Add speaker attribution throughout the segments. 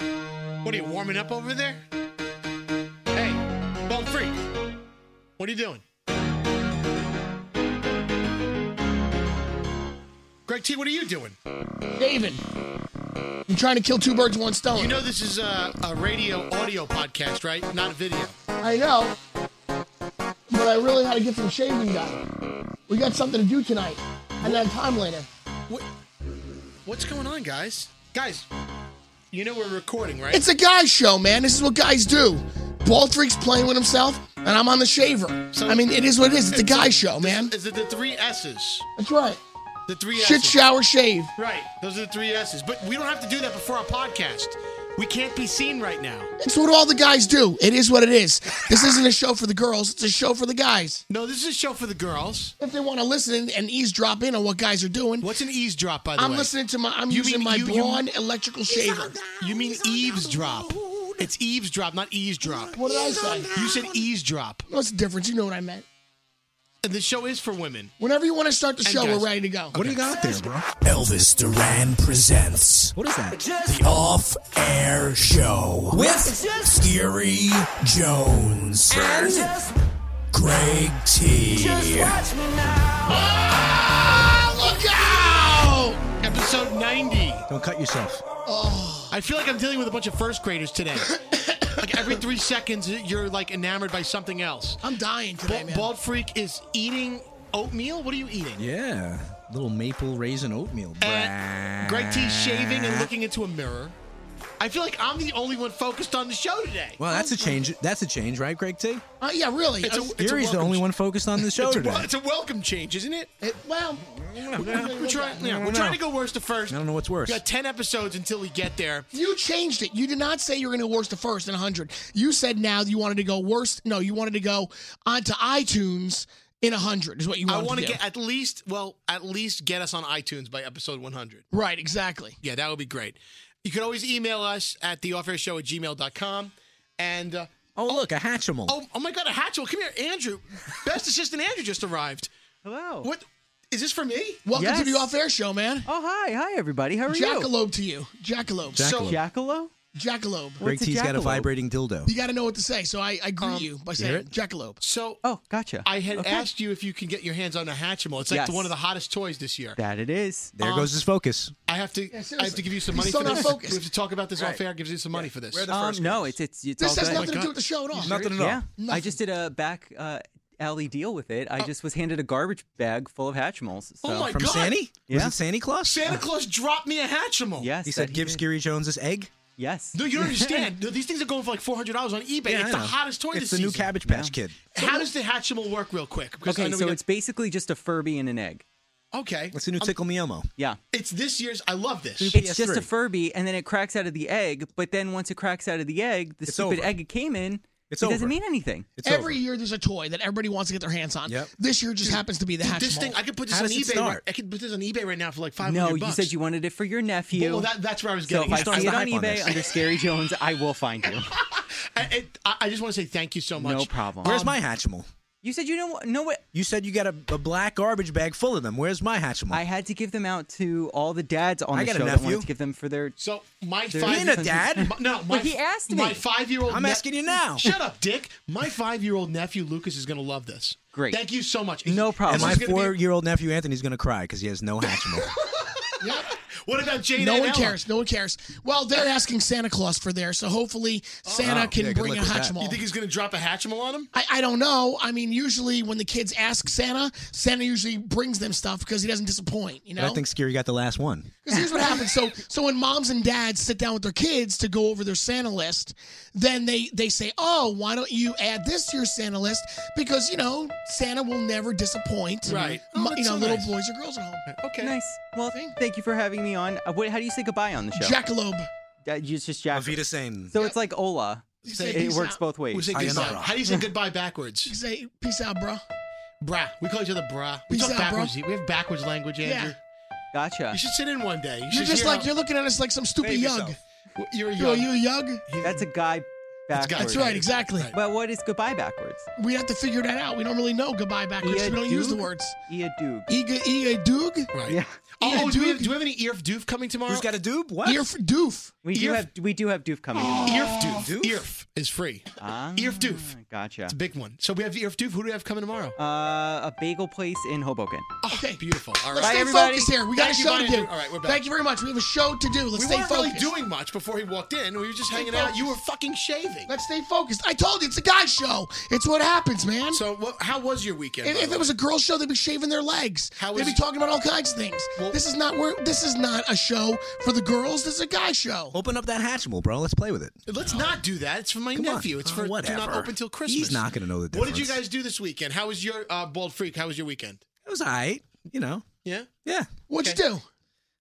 Speaker 1: What are you warming up over there? Hey, bone freak. What are you doing? Greg T, what are you doing?
Speaker 2: David. I'm trying to kill two birds with one stone.
Speaker 1: You know this is a, a radio audio podcast, right? Not a video.
Speaker 2: I know. But I really gotta get some shaving done. We got something to do tonight. I don't have time later.
Speaker 1: What, what's going on, guys? Guys, you know we're recording, right?
Speaker 2: It's a guy show, man. This is what guys do. Bald Freak's playing with himself, and I'm on the shaver.
Speaker 1: So-
Speaker 2: I mean, it is what it is. It's a guy show, man.
Speaker 1: Is it the three S's?
Speaker 2: That's right.
Speaker 1: The three
Speaker 2: Shit,
Speaker 1: S's.
Speaker 2: shower, shave.
Speaker 1: Right. Those are the three S's. But we don't have to do that before our podcast. We can't be seen right now.
Speaker 2: It's what all the guys do. It is what it is. This isn't a show for the girls. It's a show for the guys.
Speaker 1: No, this is a show for the girls.
Speaker 2: If they want to listen and eavesdrop in on what guys are doing,
Speaker 1: What's an eavesdrop, by the
Speaker 2: I'm
Speaker 1: way?
Speaker 2: listening to my. I'm
Speaker 1: You
Speaker 2: using
Speaker 1: mean
Speaker 2: my
Speaker 1: you- you-
Speaker 2: blonde electrical shaver.
Speaker 1: You mean eavesdrop? It's eavesdrop, not eavesdrop.
Speaker 2: What did I say?
Speaker 1: You said eavesdrop.
Speaker 2: What's the difference? You know what I meant.
Speaker 1: And the show is for women.
Speaker 2: Whenever you want to start the show,
Speaker 1: guys.
Speaker 2: we're ready to go.
Speaker 3: What do you got there, bro?
Speaker 4: Elvis Duran presents
Speaker 3: What is that?
Speaker 4: the Off Air Show with Scary Jones and Greg T.
Speaker 1: Episode 90.
Speaker 3: Don't cut yourself.
Speaker 1: I feel like I'm dealing with a bunch of first graders today. like every three seconds, you're like enamored by something else.
Speaker 2: I'm dying today,
Speaker 1: Bald,
Speaker 2: man.
Speaker 1: bald freak is eating oatmeal. What are you eating?
Speaker 3: Yeah. Little maple raisin oatmeal.
Speaker 1: Eh. And Greg T shaving and looking into a mirror. I feel like I'm the only one focused on the show today.
Speaker 3: Well, that's a change. That's a change, right, Greg T?
Speaker 2: Uh, yeah, really.
Speaker 1: It's a-
Speaker 2: Uh,
Speaker 3: Gary's the
Speaker 1: welcome
Speaker 3: only
Speaker 1: sh-
Speaker 3: one focused on the show
Speaker 1: It's a,
Speaker 3: today.
Speaker 1: wel- it's a welcome change, isn't it?
Speaker 2: it- well,
Speaker 1: We're trying, yeah, we're
Speaker 3: No.
Speaker 1: trying to go worst to first.
Speaker 3: I don't know what's worse.
Speaker 1: We got 10 episodes until we get there.
Speaker 2: you changed it. You did not say you were going to worst to first in 100. You said now you wanted to go worst. No, you wanted to go onto iTunes in 100 is what you
Speaker 1: I
Speaker 2: wanted
Speaker 1: want to
Speaker 2: do.
Speaker 1: get at least, well, at least get us on iTunes by episode 100.
Speaker 2: Right, exactly.
Speaker 1: Yeah, that would be great. You can always email us at theoffairshow at gmail.com. And, uh,
Speaker 3: oh, look, a Hatchimal.
Speaker 1: oh, oh my God, a Hatchel, come here, Andrew. Best assistant Andrew just arrived.
Speaker 5: Hello.
Speaker 1: What? Is this for me?
Speaker 2: Welcome to
Speaker 5: Yes.
Speaker 2: the off air show, man.
Speaker 5: Oh, hi. Hi, everybody. How are you?
Speaker 2: Jackalope to you. Jackalope.
Speaker 3: Jack-
Speaker 1: so,
Speaker 5: Jackalope?
Speaker 2: Jackalope.
Speaker 3: Greg
Speaker 5: what's a
Speaker 3: T's got a
Speaker 5: jackalope?
Speaker 3: vibrating dildo.
Speaker 2: You got to know what to say. So I, I greet
Speaker 3: Um,
Speaker 2: you by
Speaker 3: hear
Speaker 2: saying
Speaker 3: it?
Speaker 2: Jackalope.
Speaker 1: so
Speaker 5: Oh, gotcha.
Speaker 1: I had
Speaker 5: Okay.
Speaker 1: asked you if you can get your hands on a Hatchimal. It's like
Speaker 5: Yes.
Speaker 1: one of the hottest toys this year.
Speaker 5: That it is.
Speaker 3: There goes his focus.
Speaker 1: I have to, I have
Speaker 2: seriously.
Speaker 1: to give you some
Speaker 2: He's
Speaker 1: money
Speaker 2: so
Speaker 1: for
Speaker 2: not
Speaker 1: this.
Speaker 2: focused.
Speaker 1: We have to talk about this off air. Gives you some money for this.
Speaker 5: Um, no, it's it's it's
Speaker 2: This
Speaker 5: all
Speaker 2: has
Speaker 5: good.
Speaker 2: nothing to
Speaker 1: God.
Speaker 2: do with the show at all.
Speaker 3: Nothing at all.
Speaker 5: yeah, I
Speaker 2: Nothing.
Speaker 5: just did a back uh, alley deal with it. I just was handed a garbage bag full of Hatchimals. So.
Speaker 1: Oh my
Speaker 3: From
Speaker 1: God.
Speaker 3: Sandy? Was
Speaker 5: Yeah.
Speaker 3: it Santa Claus?
Speaker 1: Santa Claus dropped me a Hatchimal.
Speaker 5: Yes.
Speaker 3: He
Speaker 5: that
Speaker 3: said, give
Speaker 5: did.
Speaker 3: Scary Jones this egg.
Speaker 5: Yes.
Speaker 1: No, you don't understand. No, These things are going for like four hundred dollars on eBay.
Speaker 3: Yeah,
Speaker 1: it's
Speaker 3: I
Speaker 1: the
Speaker 3: know.
Speaker 1: hottest toy
Speaker 3: It's
Speaker 1: this
Speaker 3: the new
Speaker 1: season.
Speaker 3: Cabbage Patch Kid.
Speaker 1: How does the Hatchimal work, real quick? Because I
Speaker 5: Okay,
Speaker 1: know we
Speaker 5: so
Speaker 1: got-
Speaker 5: it's basically just a Furby and an egg.
Speaker 1: okay.
Speaker 3: That's the new Tickle Me Elmo.
Speaker 5: Yeah.
Speaker 1: It's this year's. I love this.
Speaker 3: Super-
Speaker 5: It's just
Speaker 3: PS3.
Speaker 5: a Furby, and then it cracks out of the egg. But then once it cracks out of the egg, the
Speaker 3: It's
Speaker 5: stupid
Speaker 3: over.
Speaker 5: egg it came in,
Speaker 3: It's
Speaker 5: it doesn't
Speaker 3: over.
Speaker 5: mean anything.
Speaker 3: It's
Speaker 2: Every
Speaker 3: over.
Speaker 2: year there's a toy that everybody wants to get their hands on.
Speaker 3: Yep.
Speaker 2: This year just happens to be the Hatchimal.
Speaker 1: This thing, I could put this
Speaker 3: How
Speaker 1: on
Speaker 3: does it
Speaker 1: eBay.
Speaker 3: start?
Speaker 1: Right, I could put this on eBay right now for like five hundred. Oh,
Speaker 5: No, you said you wanted it for your nephew.
Speaker 1: Well, that, that's where I was
Speaker 5: So
Speaker 1: getting.
Speaker 5: if I
Speaker 1: at.
Speaker 3: starting
Speaker 5: see
Speaker 3: to
Speaker 5: it on
Speaker 3: hype on
Speaker 5: eBay
Speaker 3: this.
Speaker 5: under Scary Jones, I will find you.
Speaker 1: I, it- I- I just want to say thank you so much.
Speaker 5: No problem. Um,
Speaker 3: Where's
Speaker 1: Um,
Speaker 3: my Hatchimal?
Speaker 5: You said you know what? Know what?
Speaker 3: You said you got a, a black garbage bag full of them. Where's my Hatchimal?
Speaker 5: I had to give them out to all the dads on
Speaker 3: I
Speaker 5: the
Speaker 3: got a
Speaker 5: show that
Speaker 3: nephew.
Speaker 5: wanted to give them for their.
Speaker 1: So my
Speaker 5: There
Speaker 1: five.
Speaker 5: is
Speaker 3: You ain't a dad.
Speaker 1: My- no, my,
Speaker 5: Well, he asked me.
Speaker 1: My five-year-old.
Speaker 3: I'm asking you now.
Speaker 1: Shut up, Dick. My five-year-old nephew Lucas is going to love this.
Speaker 5: Great.
Speaker 1: Thank you so much.
Speaker 5: No
Speaker 3: And
Speaker 5: problem.
Speaker 1: This
Speaker 3: my
Speaker 1: is gonna be-
Speaker 3: four-year-old nephew Anthony's gonna cry because he has no Hatchimal.
Speaker 1: What about Jane?
Speaker 2: no
Speaker 1: and
Speaker 2: one
Speaker 1: Ella?
Speaker 2: cares. No one cares. Well, they're asking Santa Claus for theirs, so hopefully Santa
Speaker 3: Ah. Oh,
Speaker 2: can
Speaker 3: yeah, good
Speaker 2: bring a
Speaker 3: luck with that.
Speaker 1: You think
Speaker 2: Hatchimal.
Speaker 1: he's going to drop a Hatchimal on him?
Speaker 2: I, I don't know. I mean, usually when the kids ask Santa, Santa usually brings them stuff because he doesn't disappoint. You
Speaker 3: I
Speaker 2: know,
Speaker 3: think Scary got the last one.
Speaker 2: because here's what happens. So, so when moms and dads sit down with their kids to go over their Santa list, then they they say, "Oh, why don't you add this to your Santa list? Because you know Santa will never disappoint.
Speaker 1: Right.
Speaker 2: Mo-
Speaker 1: Oh,
Speaker 2: you
Speaker 1: that's
Speaker 2: know,
Speaker 1: so
Speaker 2: little
Speaker 1: nice.
Speaker 2: boys or girls at home.
Speaker 1: Okay.
Speaker 5: Nice. Well, thank you for having me on. Uh, what, how do you say goodbye on the show?
Speaker 2: Jackalope.
Speaker 5: Uh, you- it's just Jack.
Speaker 3: Avita Sane.
Speaker 5: So it's like Ola.
Speaker 2: You say
Speaker 5: it
Speaker 2: peace
Speaker 5: works
Speaker 2: out.
Speaker 5: both
Speaker 1: We
Speaker 5: ways.
Speaker 1: say goodbye.
Speaker 3: Sayonara.
Speaker 1: How do you say goodbye backwards?
Speaker 2: You say peace out, bro.
Speaker 1: Brah. We call each other brah. We
Speaker 2: Peace
Speaker 1: talk
Speaker 2: out, bro.
Speaker 1: backwards. We have backwards language, Andrew.
Speaker 5: Gotcha.
Speaker 1: You should sit in one day. You
Speaker 2: You're
Speaker 1: should
Speaker 2: just
Speaker 1: hear
Speaker 2: like
Speaker 1: how-
Speaker 2: you're looking at us like some stupid
Speaker 3: Save
Speaker 2: yug.
Speaker 3: yourself.
Speaker 1: You're a
Speaker 2: Yo,
Speaker 1: young.
Speaker 2: you a yug?
Speaker 5: That's a guy backwards.
Speaker 2: That's right, exactly.
Speaker 5: But what is goodbye backwards?
Speaker 2: We have to figure that out. We don't really know goodbye backwards.
Speaker 1: E
Speaker 5: Ia
Speaker 2: we don't use the
Speaker 5: doog?
Speaker 2: words. E
Speaker 5: Ia doog.
Speaker 2: Ega, ega, doog?
Speaker 1: Right.
Speaker 5: Yeah.
Speaker 1: Oh,
Speaker 2: Ear
Speaker 1: do, we have,
Speaker 2: doof.
Speaker 1: do we have any Earf Doof coming tomorrow?
Speaker 3: Who's got a doob? What?
Speaker 2: Ear, doof.
Speaker 5: We do
Speaker 1: Earf-
Speaker 5: have we do have doof coming. in.
Speaker 1: Earf Doof?
Speaker 3: Doof?
Speaker 1: Earf is free.
Speaker 5: Ah,
Speaker 1: Earf Doof.
Speaker 5: Gotcha.
Speaker 1: It's a big one. So we have Earf Doof. Who do we have coming tomorrow?
Speaker 5: Uh, a bagel place in Hoboken.
Speaker 2: Okay.
Speaker 1: Ah, Beautiful. All
Speaker 2: Let's
Speaker 1: right.
Speaker 2: stay
Speaker 5: everybody.
Speaker 2: focused here. We got
Speaker 1: Thank
Speaker 2: a
Speaker 1: you,
Speaker 2: show to
Speaker 1: Brian.
Speaker 2: do.
Speaker 1: All right, we're back.
Speaker 2: Thank you very much. We have a show to do. Let's
Speaker 1: we
Speaker 2: stay
Speaker 1: weren't really
Speaker 2: focused.
Speaker 1: doing much before he walked in. We were just hanging out.
Speaker 2: focused.
Speaker 1: You were fucking shaving.
Speaker 2: Let's stay focused. I told you, it's a guy show. It's what happens, man.
Speaker 1: So what, how was your weekend?
Speaker 2: if,
Speaker 1: by
Speaker 2: if
Speaker 1: the
Speaker 2: it
Speaker 1: way?
Speaker 2: was a girl show, they'd be shaving their legs.
Speaker 1: How
Speaker 2: they'd
Speaker 1: is-
Speaker 2: be talking about all kinds of things.
Speaker 1: Well-
Speaker 2: this is not where. This is not a show for the girls. This is a guy show.
Speaker 1: Oh,
Speaker 3: Open up that hatchimal, bro. Let's play with it.
Speaker 1: Let's not do that. It's for my
Speaker 3: Come on.
Speaker 1: nephew. It's
Speaker 3: Oh,
Speaker 1: for do not
Speaker 3: whatever.
Speaker 1: open till
Speaker 3: He's
Speaker 1: Christmas.
Speaker 3: not gonna know the
Speaker 1: What did you guys
Speaker 3: difference.
Speaker 1: do this weekend? How was your uh, bald freak? How was your weekend?
Speaker 3: It was all right. You know.
Speaker 1: Yeah.
Speaker 3: Yeah.
Speaker 2: What'd you do?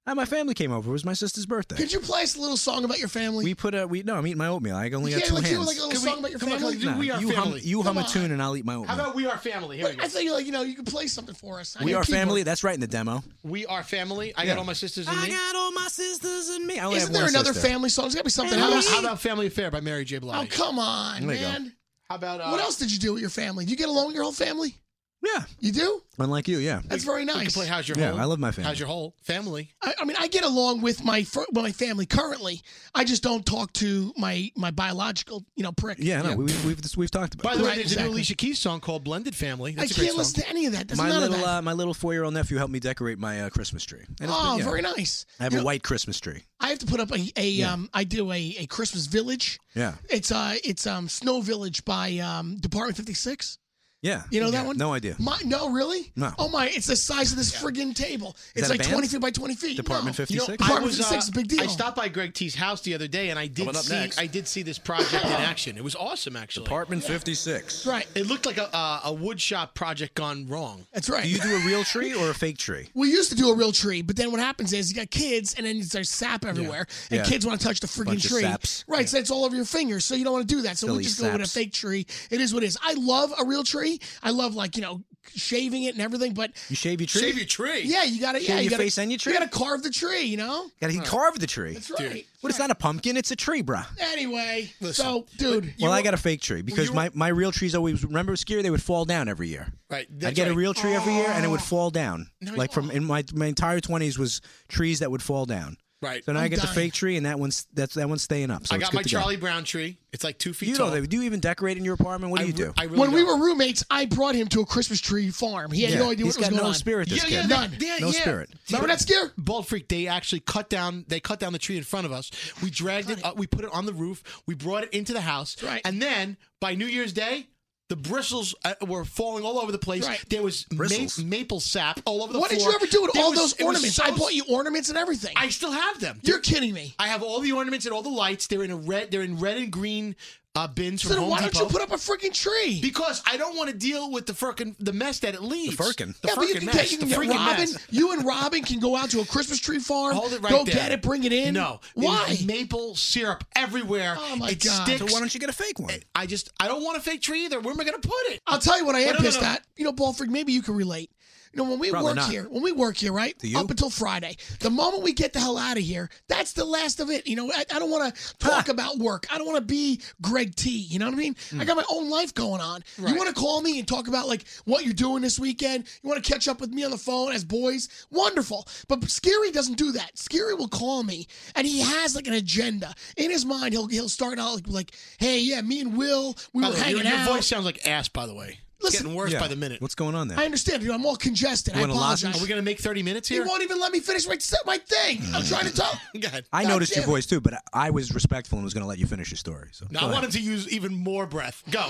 Speaker 3: Uh, my family came over. It was my sister's birthday.
Speaker 2: Could you play us a little song about your family?
Speaker 3: we put a we. No, I'm eating my oatmeal. I only
Speaker 2: You
Speaker 3: got
Speaker 2: can't
Speaker 3: two
Speaker 2: like, do
Speaker 3: hands.
Speaker 2: like a little
Speaker 1: Can we-
Speaker 2: song about your
Speaker 1: come on,
Speaker 2: family.
Speaker 1: come on, We Are
Speaker 3: you hum,
Speaker 1: Family.
Speaker 3: you hum
Speaker 2: Come
Speaker 3: a
Speaker 2: on.
Speaker 3: tune and I'll eat my oatmeal.
Speaker 1: How about we are family? Here we go.
Speaker 2: I think like you know you could play something for us. I
Speaker 3: we
Speaker 2: got
Speaker 3: are
Speaker 2: a keyboard.
Speaker 3: family. That's right in the demo.
Speaker 1: We are family. I got all my sisters and
Speaker 3: I
Speaker 1: me.
Speaker 3: got all my sisters and me. I only
Speaker 2: Isn't
Speaker 3: have
Speaker 2: there
Speaker 3: one
Speaker 2: another
Speaker 3: sister.
Speaker 2: family song? There's got to be something
Speaker 1: How about,
Speaker 2: else.
Speaker 1: how about Family Affair by Mary J.
Speaker 2: oh
Speaker 1: Blige?
Speaker 2: come on,
Speaker 3: There you go.
Speaker 2: man.
Speaker 1: How about uh,
Speaker 2: What else did you do with your family? Do you get along with your whole family?
Speaker 3: Yeah,
Speaker 2: You do?
Speaker 3: unlike you. Yeah,
Speaker 2: That's very
Speaker 1: You can
Speaker 2: nice.
Speaker 1: play How's Your
Speaker 3: Yeah,
Speaker 1: Hole?
Speaker 3: I love my family.
Speaker 1: How's Your Whole Family?
Speaker 2: I, I mean, I get along with my fr- my family currently. I just don't talk to my my biological, you know, prick.
Speaker 3: yeah. No, we, we've we've we've talked about.
Speaker 1: By
Speaker 3: it.
Speaker 1: the way,
Speaker 2: Right,
Speaker 1: there's a new
Speaker 2: exactly.
Speaker 1: Alicia Keys song called Blended Family.
Speaker 2: I
Speaker 1: That's a great
Speaker 2: can't
Speaker 1: song.
Speaker 2: listen to any of that. There's
Speaker 3: my
Speaker 2: none
Speaker 3: little
Speaker 2: of that.
Speaker 3: uh, my little four year old nephew helped me decorate my uh, Christmas tree. And it's
Speaker 2: oh,
Speaker 3: been- yeah.
Speaker 2: very nice.
Speaker 3: I have
Speaker 2: You
Speaker 3: a
Speaker 2: know,
Speaker 3: white Christmas tree.
Speaker 2: I have to put up a, a um. I do a, a Christmas village.
Speaker 3: Yeah,
Speaker 2: It's uh it's um Snow Village by um Department 56.
Speaker 3: yeah.
Speaker 2: You know
Speaker 3: Yeah.
Speaker 2: that one?
Speaker 3: No idea.
Speaker 2: My, no, really?
Speaker 3: No.
Speaker 2: Oh my! It's the size of this friggin' table. It's
Speaker 3: that a
Speaker 2: like
Speaker 3: band?
Speaker 2: 20 feet by 20 feet.
Speaker 3: Department
Speaker 2: No.
Speaker 1: You
Speaker 3: 56.
Speaker 1: know, I
Speaker 2: Department
Speaker 1: was, uh,
Speaker 2: 56 is a big deal.
Speaker 1: I stopped by Greg T's house the other day and I did
Speaker 3: Coming up
Speaker 1: see
Speaker 3: next.
Speaker 1: I did see this project in action. It was awesome actually.
Speaker 3: Apartment 56.
Speaker 2: Right.
Speaker 1: It looked like a uh, a wood shop project gone wrong.
Speaker 2: That's right.
Speaker 3: Do you do a real tree or a fake tree?
Speaker 2: We used to do a real tree, but then what happens is you got kids, and then there's sap everywhere, and
Speaker 3: Yeah.
Speaker 2: kids want to touch the freaking
Speaker 3: Bunch of
Speaker 2: tree,
Speaker 3: saps.
Speaker 2: right? So it's all over your fingers, so you don't want to do that. So we
Speaker 3: Silly
Speaker 2: just go with a
Speaker 3: saps.
Speaker 2: fake tree. It is what it is. I love a real tree. I love like you know shaving it and everything, but
Speaker 3: You shave your tree.
Speaker 1: Save your tree.
Speaker 2: yeah, you got to yeah,
Speaker 3: Shave
Speaker 2: you
Speaker 3: your
Speaker 2: gotta,
Speaker 3: face and your tree?
Speaker 2: You got to carve the tree, you know.
Speaker 3: Got to carve the tree.
Speaker 2: That's right.
Speaker 3: What? It's not a pumpkin. It's a tree, bruh.
Speaker 2: Anyway,
Speaker 1: Listen,
Speaker 2: so dude,
Speaker 3: Well, I got a fake tree because
Speaker 1: you-
Speaker 3: my, my real trees always remember scary. They would fall down every year.
Speaker 1: Right, that's
Speaker 3: I'd get a
Speaker 1: right.
Speaker 3: real tree every year and it would fall down. like from in my my entire twenties was trees that would fall down.
Speaker 1: Right.
Speaker 3: So now i get
Speaker 2: dying.
Speaker 3: the fake tree and that one's that's that one's staying up. So
Speaker 1: I
Speaker 3: it's
Speaker 1: got
Speaker 3: good
Speaker 1: my
Speaker 3: to go.
Speaker 1: Charlie Brown tree. It's like two feet
Speaker 3: You
Speaker 1: tall.
Speaker 3: don't do you even decorate in your apartment? What do you do?
Speaker 1: I really
Speaker 2: when we were
Speaker 1: don't.
Speaker 2: roommates, I brought him to a Christmas tree farm. He had
Speaker 3: yeah.
Speaker 2: no idea
Speaker 3: He's
Speaker 2: what was
Speaker 3: got
Speaker 2: going
Speaker 3: no
Speaker 2: on.
Speaker 3: spirit. This
Speaker 1: yeah,
Speaker 3: kid.
Speaker 1: yeah,
Speaker 2: None.
Speaker 1: they- yeah,
Speaker 3: no
Speaker 1: yeah.
Speaker 3: spirit.
Speaker 2: Remember that scare?
Speaker 1: Bald Freak, they actually cut down. They cut down the tree in front of us. We dragged it. up. We put it on the roof. We brought it into the house.
Speaker 2: right.
Speaker 1: And then by New Year's Day, the bristles uh, were falling all over the place.
Speaker 2: Right.
Speaker 1: There was ma-
Speaker 3: Bristles.
Speaker 1: maple sap all over the
Speaker 2: What did
Speaker 1: floor.
Speaker 2: you ever do with
Speaker 1: There
Speaker 2: all
Speaker 1: was-
Speaker 2: those
Speaker 1: it was
Speaker 2: ornaments?
Speaker 1: so-
Speaker 2: I bought you ornaments and everything.
Speaker 1: I still have them.
Speaker 2: You're kidding me.
Speaker 1: I have all the ornaments and all the lights. They're in a red. They're in red and green uh, bins
Speaker 2: So
Speaker 1: from
Speaker 2: then
Speaker 1: Home
Speaker 2: why
Speaker 1: Depot.
Speaker 2: don't you put up a freaking tree?
Speaker 1: because I don't want to deal with the frickin' the mess that it leaves.
Speaker 3: firkin'.
Speaker 1: The
Speaker 2: yeah, but you
Speaker 1: frickin'
Speaker 2: can
Speaker 1: mess.
Speaker 2: get, you can
Speaker 1: the
Speaker 2: get
Speaker 1: frickin'
Speaker 2: Robin.
Speaker 1: mess.
Speaker 2: You and Robin can go out to a Christmas tree farm.
Speaker 1: Hold it right
Speaker 2: Go
Speaker 1: there.
Speaker 2: get it, bring it in.
Speaker 1: No.
Speaker 2: Why?
Speaker 1: There's Maple syrup everywhere.
Speaker 2: Oh, my
Speaker 1: it
Speaker 2: God.
Speaker 1: Sticks.
Speaker 3: So why don't you get a fake one?
Speaker 1: I just I don't want a fake tree either. Where am I gonna put it?
Speaker 2: I'll tell you what I am
Speaker 1: no, no,
Speaker 2: pissed
Speaker 1: no.
Speaker 2: at. You know, Balford, maybe you can relate. You know, when we
Speaker 3: Probably
Speaker 2: work
Speaker 3: not.
Speaker 2: here, when we work here, right?
Speaker 3: Do you?
Speaker 2: Up until Friday. The moment we get the hell out of here, that's the last of it. You know, I, I don't want to talk about work. I don't want to be Greg T. You know what I mean?
Speaker 1: Hmm.
Speaker 2: I got my own life going on. You want to call me and talk about, like, what you're doing this weekend? You want to catch up with me on the phone as boys? Wonderful. But Scary doesn't do that. Scary will call me, and he has, like, an agenda. In his mind, he'll, he'll start out like, like, hey, yeah, me and Will, we were
Speaker 1: By the way,
Speaker 2: hanging
Speaker 1: your, your
Speaker 2: out.
Speaker 1: voice sounds like ass, by the way.
Speaker 2: Listen-
Speaker 1: it's getting worse
Speaker 3: Yeah.
Speaker 1: by the minute.
Speaker 3: What's going on there?
Speaker 2: I understand. You know, I'm all congested. I
Speaker 3: want a
Speaker 2: apologize.
Speaker 1: Are we gonna make thirty minutes
Speaker 2: he
Speaker 1: here?
Speaker 2: won't even let me finish my, my thing. I'm trying to tell.
Speaker 1: Go ahead.
Speaker 3: I
Speaker 2: God
Speaker 3: noticed
Speaker 2: damn
Speaker 3: your
Speaker 2: it.
Speaker 3: voice too, but I- I was respectful and was going to let you finish your story. So
Speaker 1: No,
Speaker 3: go
Speaker 1: I
Speaker 3: ahead.
Speaker 1: wanted to use even more breath. Go.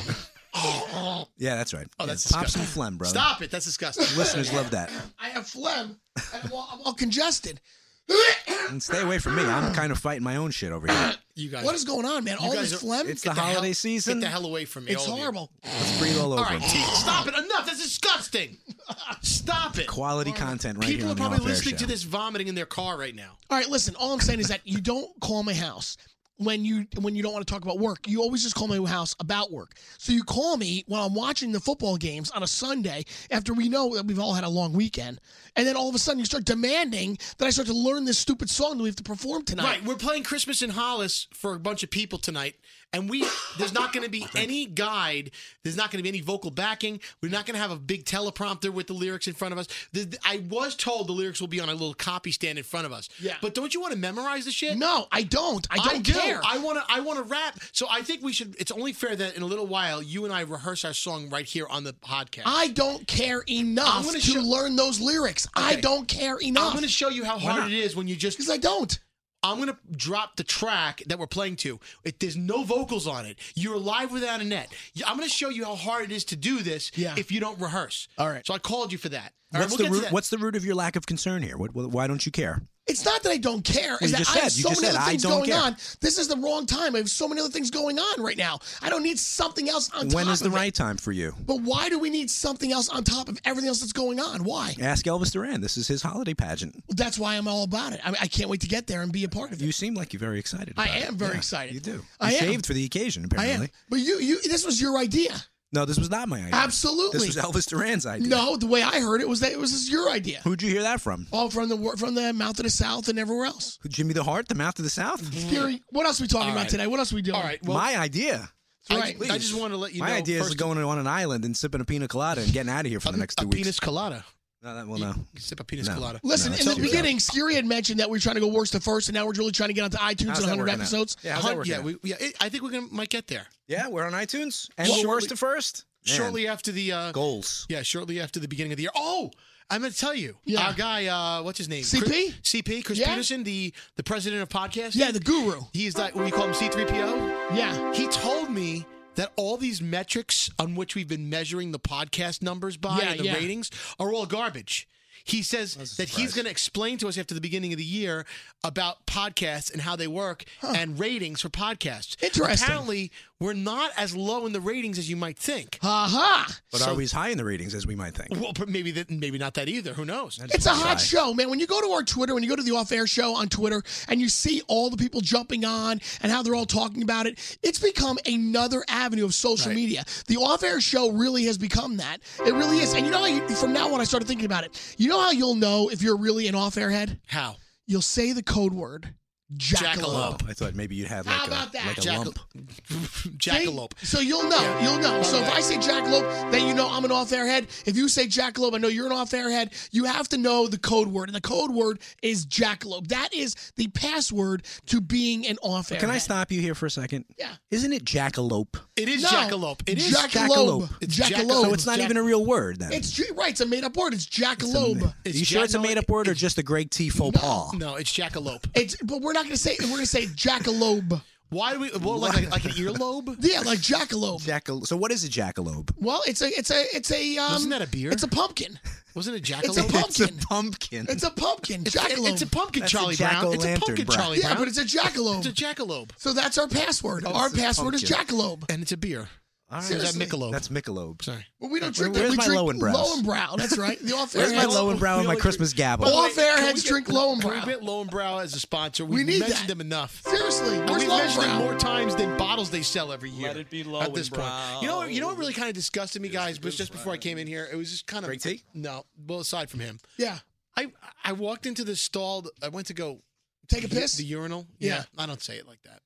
Speaker 3: yeah, that's right. Oh,
Speaker 1: that's
Speaker 3: pop
Speaker 1: disgusting.
Speaker 3: some phlegm, brother.
Speaker 1: Stop it. That's disgusting.
Speaker 3: Listeners love that.
Speaker 2: I have phlegm. And I'm, all, I'm all congested.
Speaker 3: And stay away from me. I'm kind of fighting my own shit over here.
Speaker 1: You guys.
Speaker 2: what is going on, man? All
Speaker 1: guys
Speaker 2: this
Speaker 1: are-
Speaker 2: phlegm.
Speaker 3: It's the holiday season.
Speaker 1: Get the hell away from me. all
Speaker 2: it's
Speaker 1: of you.
Speaker 2: horrible.
Speaker 3: Let's breathe all over.
Speaker 1: All right,
Speaker 3: them.
Speaker 1: T, stop it. Enough. That's disgusting. Stop it.
Speaker 3: Quality content right
Speaker 1: People
Speaker 3: here
Speaker 1: are
Speaker 3: on the
Speaker 1: probably
Speaker 3: Off Air
Speaker 1: listening
Speaker 3: Show.
Speaker 1: to this vomiting in their car right now.
Speaker 2: All right, listen. All I'm saying is that you don't call my house when you when you don't want to talk about work. You always just call my house about work. So you call me when I'm watching the football games on a Sunday after we know that we've all had a long weekend, and then all of a sudden you start demanding that I start to
Speaker 1: Uh,
Speaker 2: learn this stupid song that we have to perform tonight.
Speaker 1: Right, we're playing Christmas in Hollis for a bunch of people tonight, and we there's not going to be any guide. There's not going to be any vocal backing. We're not going to have a big teleprompter with the lyrics in front of us. The, the- I was told the lyrics will be on a little copy stand in front of us.
Speaker 2: Yeah.
Speaker 1: But don't you want to memorize the shit?
Speaker 2: No, I don't. I don't care.
Speaker 1: I want to. I want to rap. So I think we should. It's only fair that in a little while you and I rehearse our song right here on the podcast.
Speaker 2: I don't care enough
Speaker 1: I'm
Speaker 2: to
Speaker 1: gonna show-
Speaker 2: learn those lyrics. I
Speaker 1: Okay.
Speaker 2: don't care
Speaker 1: I'm
Speaker 2: enough
Speaker 1: going to show you how hard it is when you just
Speaker 2: because I don't.
Speaker 1: I'm gonna drop the track that we're playing to. It, there's no vocals on it. You're live without a net. You- I'm gonna show you how hard it is to do this
Speaker 2: Yeah.
Speaker 1: if you don't rehearse.
Speaker 2: All right.
Speaker 1: So I called you for that. All right,
Speaker 3: What's
Speaker 1: we'll
Speaker 3: the
Speaker 1: get to
Speaker 3: root?
Speaker 1: that.
Speaker 3: What's the root of your lack of concern here? What, what, why don't you care?
Speaker 2: It's not that I don't care.
Speaker 3: you
Speaker 2: Is that
Speaker 3: just
Speaker 2: I have
Speaker 3: said- you
Speaker 2: so
Speaker 3: just
Speaker 2: many
Speaker 3: said,
Speaker 2: other
Speaker 3: "I
Speaker 2: things
Speaker 3: don't
Speaker 2: going
Speaker 3: care."
Speaker 2: on. This is the wrong time. I have so many other things going on right now. I don't need something else on top
Speaker 3: When is the
Speaker 2: of it.
Speaker 3: right time for you?
Speaker 2: But why do we need something else on top of everything else that's going on? Why?
Speaker 3: Ask Elvis Duran. This is his holiday pageant.
Speaker 2: That's why I'm all about it. I, mean, I can't wait to get there and be a part of it.
Speaker 3: You seem like you're very excited.
Speaker 2: I
Speaker 3: about it.
Speaker 2: am very
Speaker 3: Yeah,
Speaker 2: excited.
Speaker 3: You do. You
Speaker 2: I am.
Speaker 3: shaved for the occasion,
Speaker 2: I
Speaker 3: apparently.
Speaker 2: am. But you, you, this was your idea.
Speaker 3: No, this was not my idea.
Speaker 2: Absolutely.
Speaker 3: This was Elvis Duran's idea.
Speaker 2: No, the way I heard it was that it was just your idea.
Speaker 3: Who'd you hear that from?
Speaker 2: All from the wor- from the mouth of the south and everywhere else.
Speaker 3: Jimmy the Heart, the Mouth of the South.
Speaker 2: Gary, what else are we talking about
Speaker 1: right.
Speaker 2: today? What else are we doing?
Speaker 1: All right. Well,
Speaker 3: my idea.
Speaker 1: I,
Speaker 2: right.
Speaker 1: I just want to let you
Speaker 3: my
Speaker 1: know.
Speaker 3: idea is
Speaker 1: first,
Speaker 3: going on an island and sipping a pina colada and getting out of here for the next
Speaker 1: a
Speaker 3: two weeks.
Speaker 1: penis colada.
Speaker 3: No, that, well, no.
Speaker 1: You sip a penis
Speaker 3: No.
Speaker 1: colada.
Speaker 2: Listen,
Speaker 3: No,
Speaker 2: in
Speaker 3: that's
Speaker 2: the
Speaker 3: too
Speaker 2: beginning, Scary had mentioned that we were trying to go worst to first, and now we're really trying to get onto iTunes
Speaker 3: How's
Speaker 2: and 100
Speaker 3: that working out?
Speaker 2: episodes.
Speaker 3: Yeah, how's that
Speaker 1: Hun-
Speaker 3: working
Speaker 1: yeah,
Speaker 3: out?
Speaker 1: we, yeah. It, I think we're gonna might get there
Speaker 3: Yeah, we're on iTunes. And
Speaker 1: Well,
Speaker 3: we're
Speaker 1: shortly-
Speaker 3: worst to first. Man,
Speaker 1: shortly after the. Uh,
Speaker 3: Goals.
Speaker 1: yeah, shortly after the beginning of the year. Oh, I'm gonna tell you.
Speaker 2: Yeah.
Speaker 1: Our guy, uh, what's his name?
Speaker 2: CP?
Speaker 1: Chris, CP. Chris
Speaker 2: Yeah.
Speaker 1: Peterson, the the president of podcast.
Speaker 2: Yeah, the guru.
Speaker 1: He's like what do you call him? C3PO.
Speaker 2: Yeah.
Speaker 1: He told me that all these metrics on which we've been measuring the podcast numbers by
Speaker 2: Yeah,
Speaker 1: and the
Speaker 2: yeah.
Speaker 1: ratings are all garbage. He says that he's going to explain to us after the beginning of the year about podcasts and how they work and ratings for podcasts.
Speaker 2: Interesting.
Speaker 1: Apparently, we're not as low in the ratings as you might think.
Speaker 2: Aha!
Speaker 3: But are we as high in the ratings as we might think?
Speaker 1: Well, but maybe that, maybe not that either. Who knows?
Speaker 2: It's a hot
Speaker 3: Shy.
Speaker 2: show, man. When you go to our Twitter, when you go to the off air show on Twitter, and you see all the people jumping on and how they're all talking about it, it's become another avenue of social media. The off air show really has become that. It really is. And you know how, you, from now on, I started thinking about it. You know how you'll know if you're really an off air head?
Speaker 1: How?
Speaker 2: You'll say the code word jackalope.
Speaker 1: Jackalope.
Speaker 3: I thought maybe you'd have like
Speaker 2: How
Speaker 3: a,
Speaker 2: about that?
Speaker 3: Like a
Speaker 1: Jackal-
Speaker 3: lump.
Speaker 2: See?
Speaker 1: Jackalope.
Speaker 2: So you'll know. You'll know. So if
Speaker 1: Okay.
Speaker 2: I say jackalope, then you know I'm an off air head. If you say jackalope, I know you're an off air head. You have to know the code word, and the code word is jackalope. That is the password to being an off air.
Speaker 3: Can I stop you here for a second?
Speaker 2: Yeah.
Speaker 3: Isn't it jackalope?
Speaker 1: It is
Speaker 2: No.
Speaker 1: jackalope. It is
Speaker 2: jackalope.
Speaker 3: jackalope.
Speaker 1: It's
Speaker 2: Jackalope.
Speaker 1: jackalope.
Speaker 3: So it's not
Speaker 1: Jack-
Speaker 3: even a real word then.
Speaker 2: It's j- right. It's a made up word. It's jackalope.
Speaker 3: Are
Speaker 1: it's
Speaker 3: you sure
Speaker 1: jack-
Speaker 3: it's a
Speaker 1: no,
Speaker 3: made up word or just a Greg T faux pas?
Speaker 1: No, it's jackalope.
Speaker 2: It's but we're not going to say. We're going to say jackalope.
Speaker 1: Why do we? Well, like, like like an earlobe.
Speaker 2: Yeah, like jackalope.
Speaker 3: Jackal- so what is a jackalope?
Speaker 2: Well, it's a it's a it's a um,
Speaker 1: Wasn't that a beer?
Speaker 2: It's a pumpkin.
Speaker 1: Wasn't it
Speaker 2: It's a
Speaker 1: jackalope?
Speaker 3: It's a
Speaker 2: pumpkin.
Speaker 3: pumpkin.
Speaker 2: It's a pumpkin. Jackalope.
Speaker 1: It's a pumpkin,
Speaker 3: That's a
Speaker 1: Charlie Brown. It's a
Speaker 3: jack-o'-lantern,
Speaker 1: pumpkin,
Speaker 3: Brown.
Speaker 1: Charlie
Speaker 2: yeah,
Speaker 1: Brown.
Speaker 2: but it's a jackalope.
Speaker 1: It's a jackalope,
Speaker 2: So that's our password. our
Speaker 3: Oh, it's a
Speaker 2: password is
Speaker 3: pumpkin.
Speaker 2: jackalobe.
Speaker 1: and it's a beer.
Speaker 3: All right.
Speaker 1: So is that
Speaker 2: Seriously.
Speaker 1: Michelob?
Speaker 3: That's Michelob.
Speaker 1: Sorry.
Speaker 2: But we don't drink
Speaker 3: Where's
Speaker 2: that.
Speaker 3: my
Speaker 2: We drink
Speaker 3: Lowenbrows?
Speaker 2: Lowenbrow. That's right. The off air.
Speaker 3: Where's my low and brown and my
Speaker 1: Really?
Speaker 3: Christmas gavel?
Speaker 2: All
Speaker 1: By the way,
Speaker 2: fair
Speaker 1: can
Speaker 2: heads
Speaker 1: we
Speaker 2: drink
Speaker 1: get-
Speaker 2: Lowenbrow.
Speaker 1: Can we get Lowenbrow as a sponsor?
Speaker 2: We need
Speaker 1: mentioned
Speaker 2: that.
Speaker 1: them enough.
Speaker 2: Seriously,
Speaker 1: And
Speaker 2: where's
Speaker 1: we've mentioned them
Speaker 2: Lowenbrow?
Speaker 1: more times than bottles they sell every year.
Speaker 6: Let it be
Speaker 1: At this point,
Speaker 6: Lowenbrow.
Speaker 1: you know, what- you know what really kind of disgusted me, guys, was just before I came in here. It was just kind of
Speaker 3: Greg T?
Speaker 1: No, well, aside from him,
Speaker 2: Yeah.
Speaker 1: I I walked into this stall. I went to go
Speaker 2: Take a
Speaker 1: the-
Speaker 2: piss?
Speaker 1: The urinal.
Speaker 2: Yeah.
Speaker 1: I don't say it like that.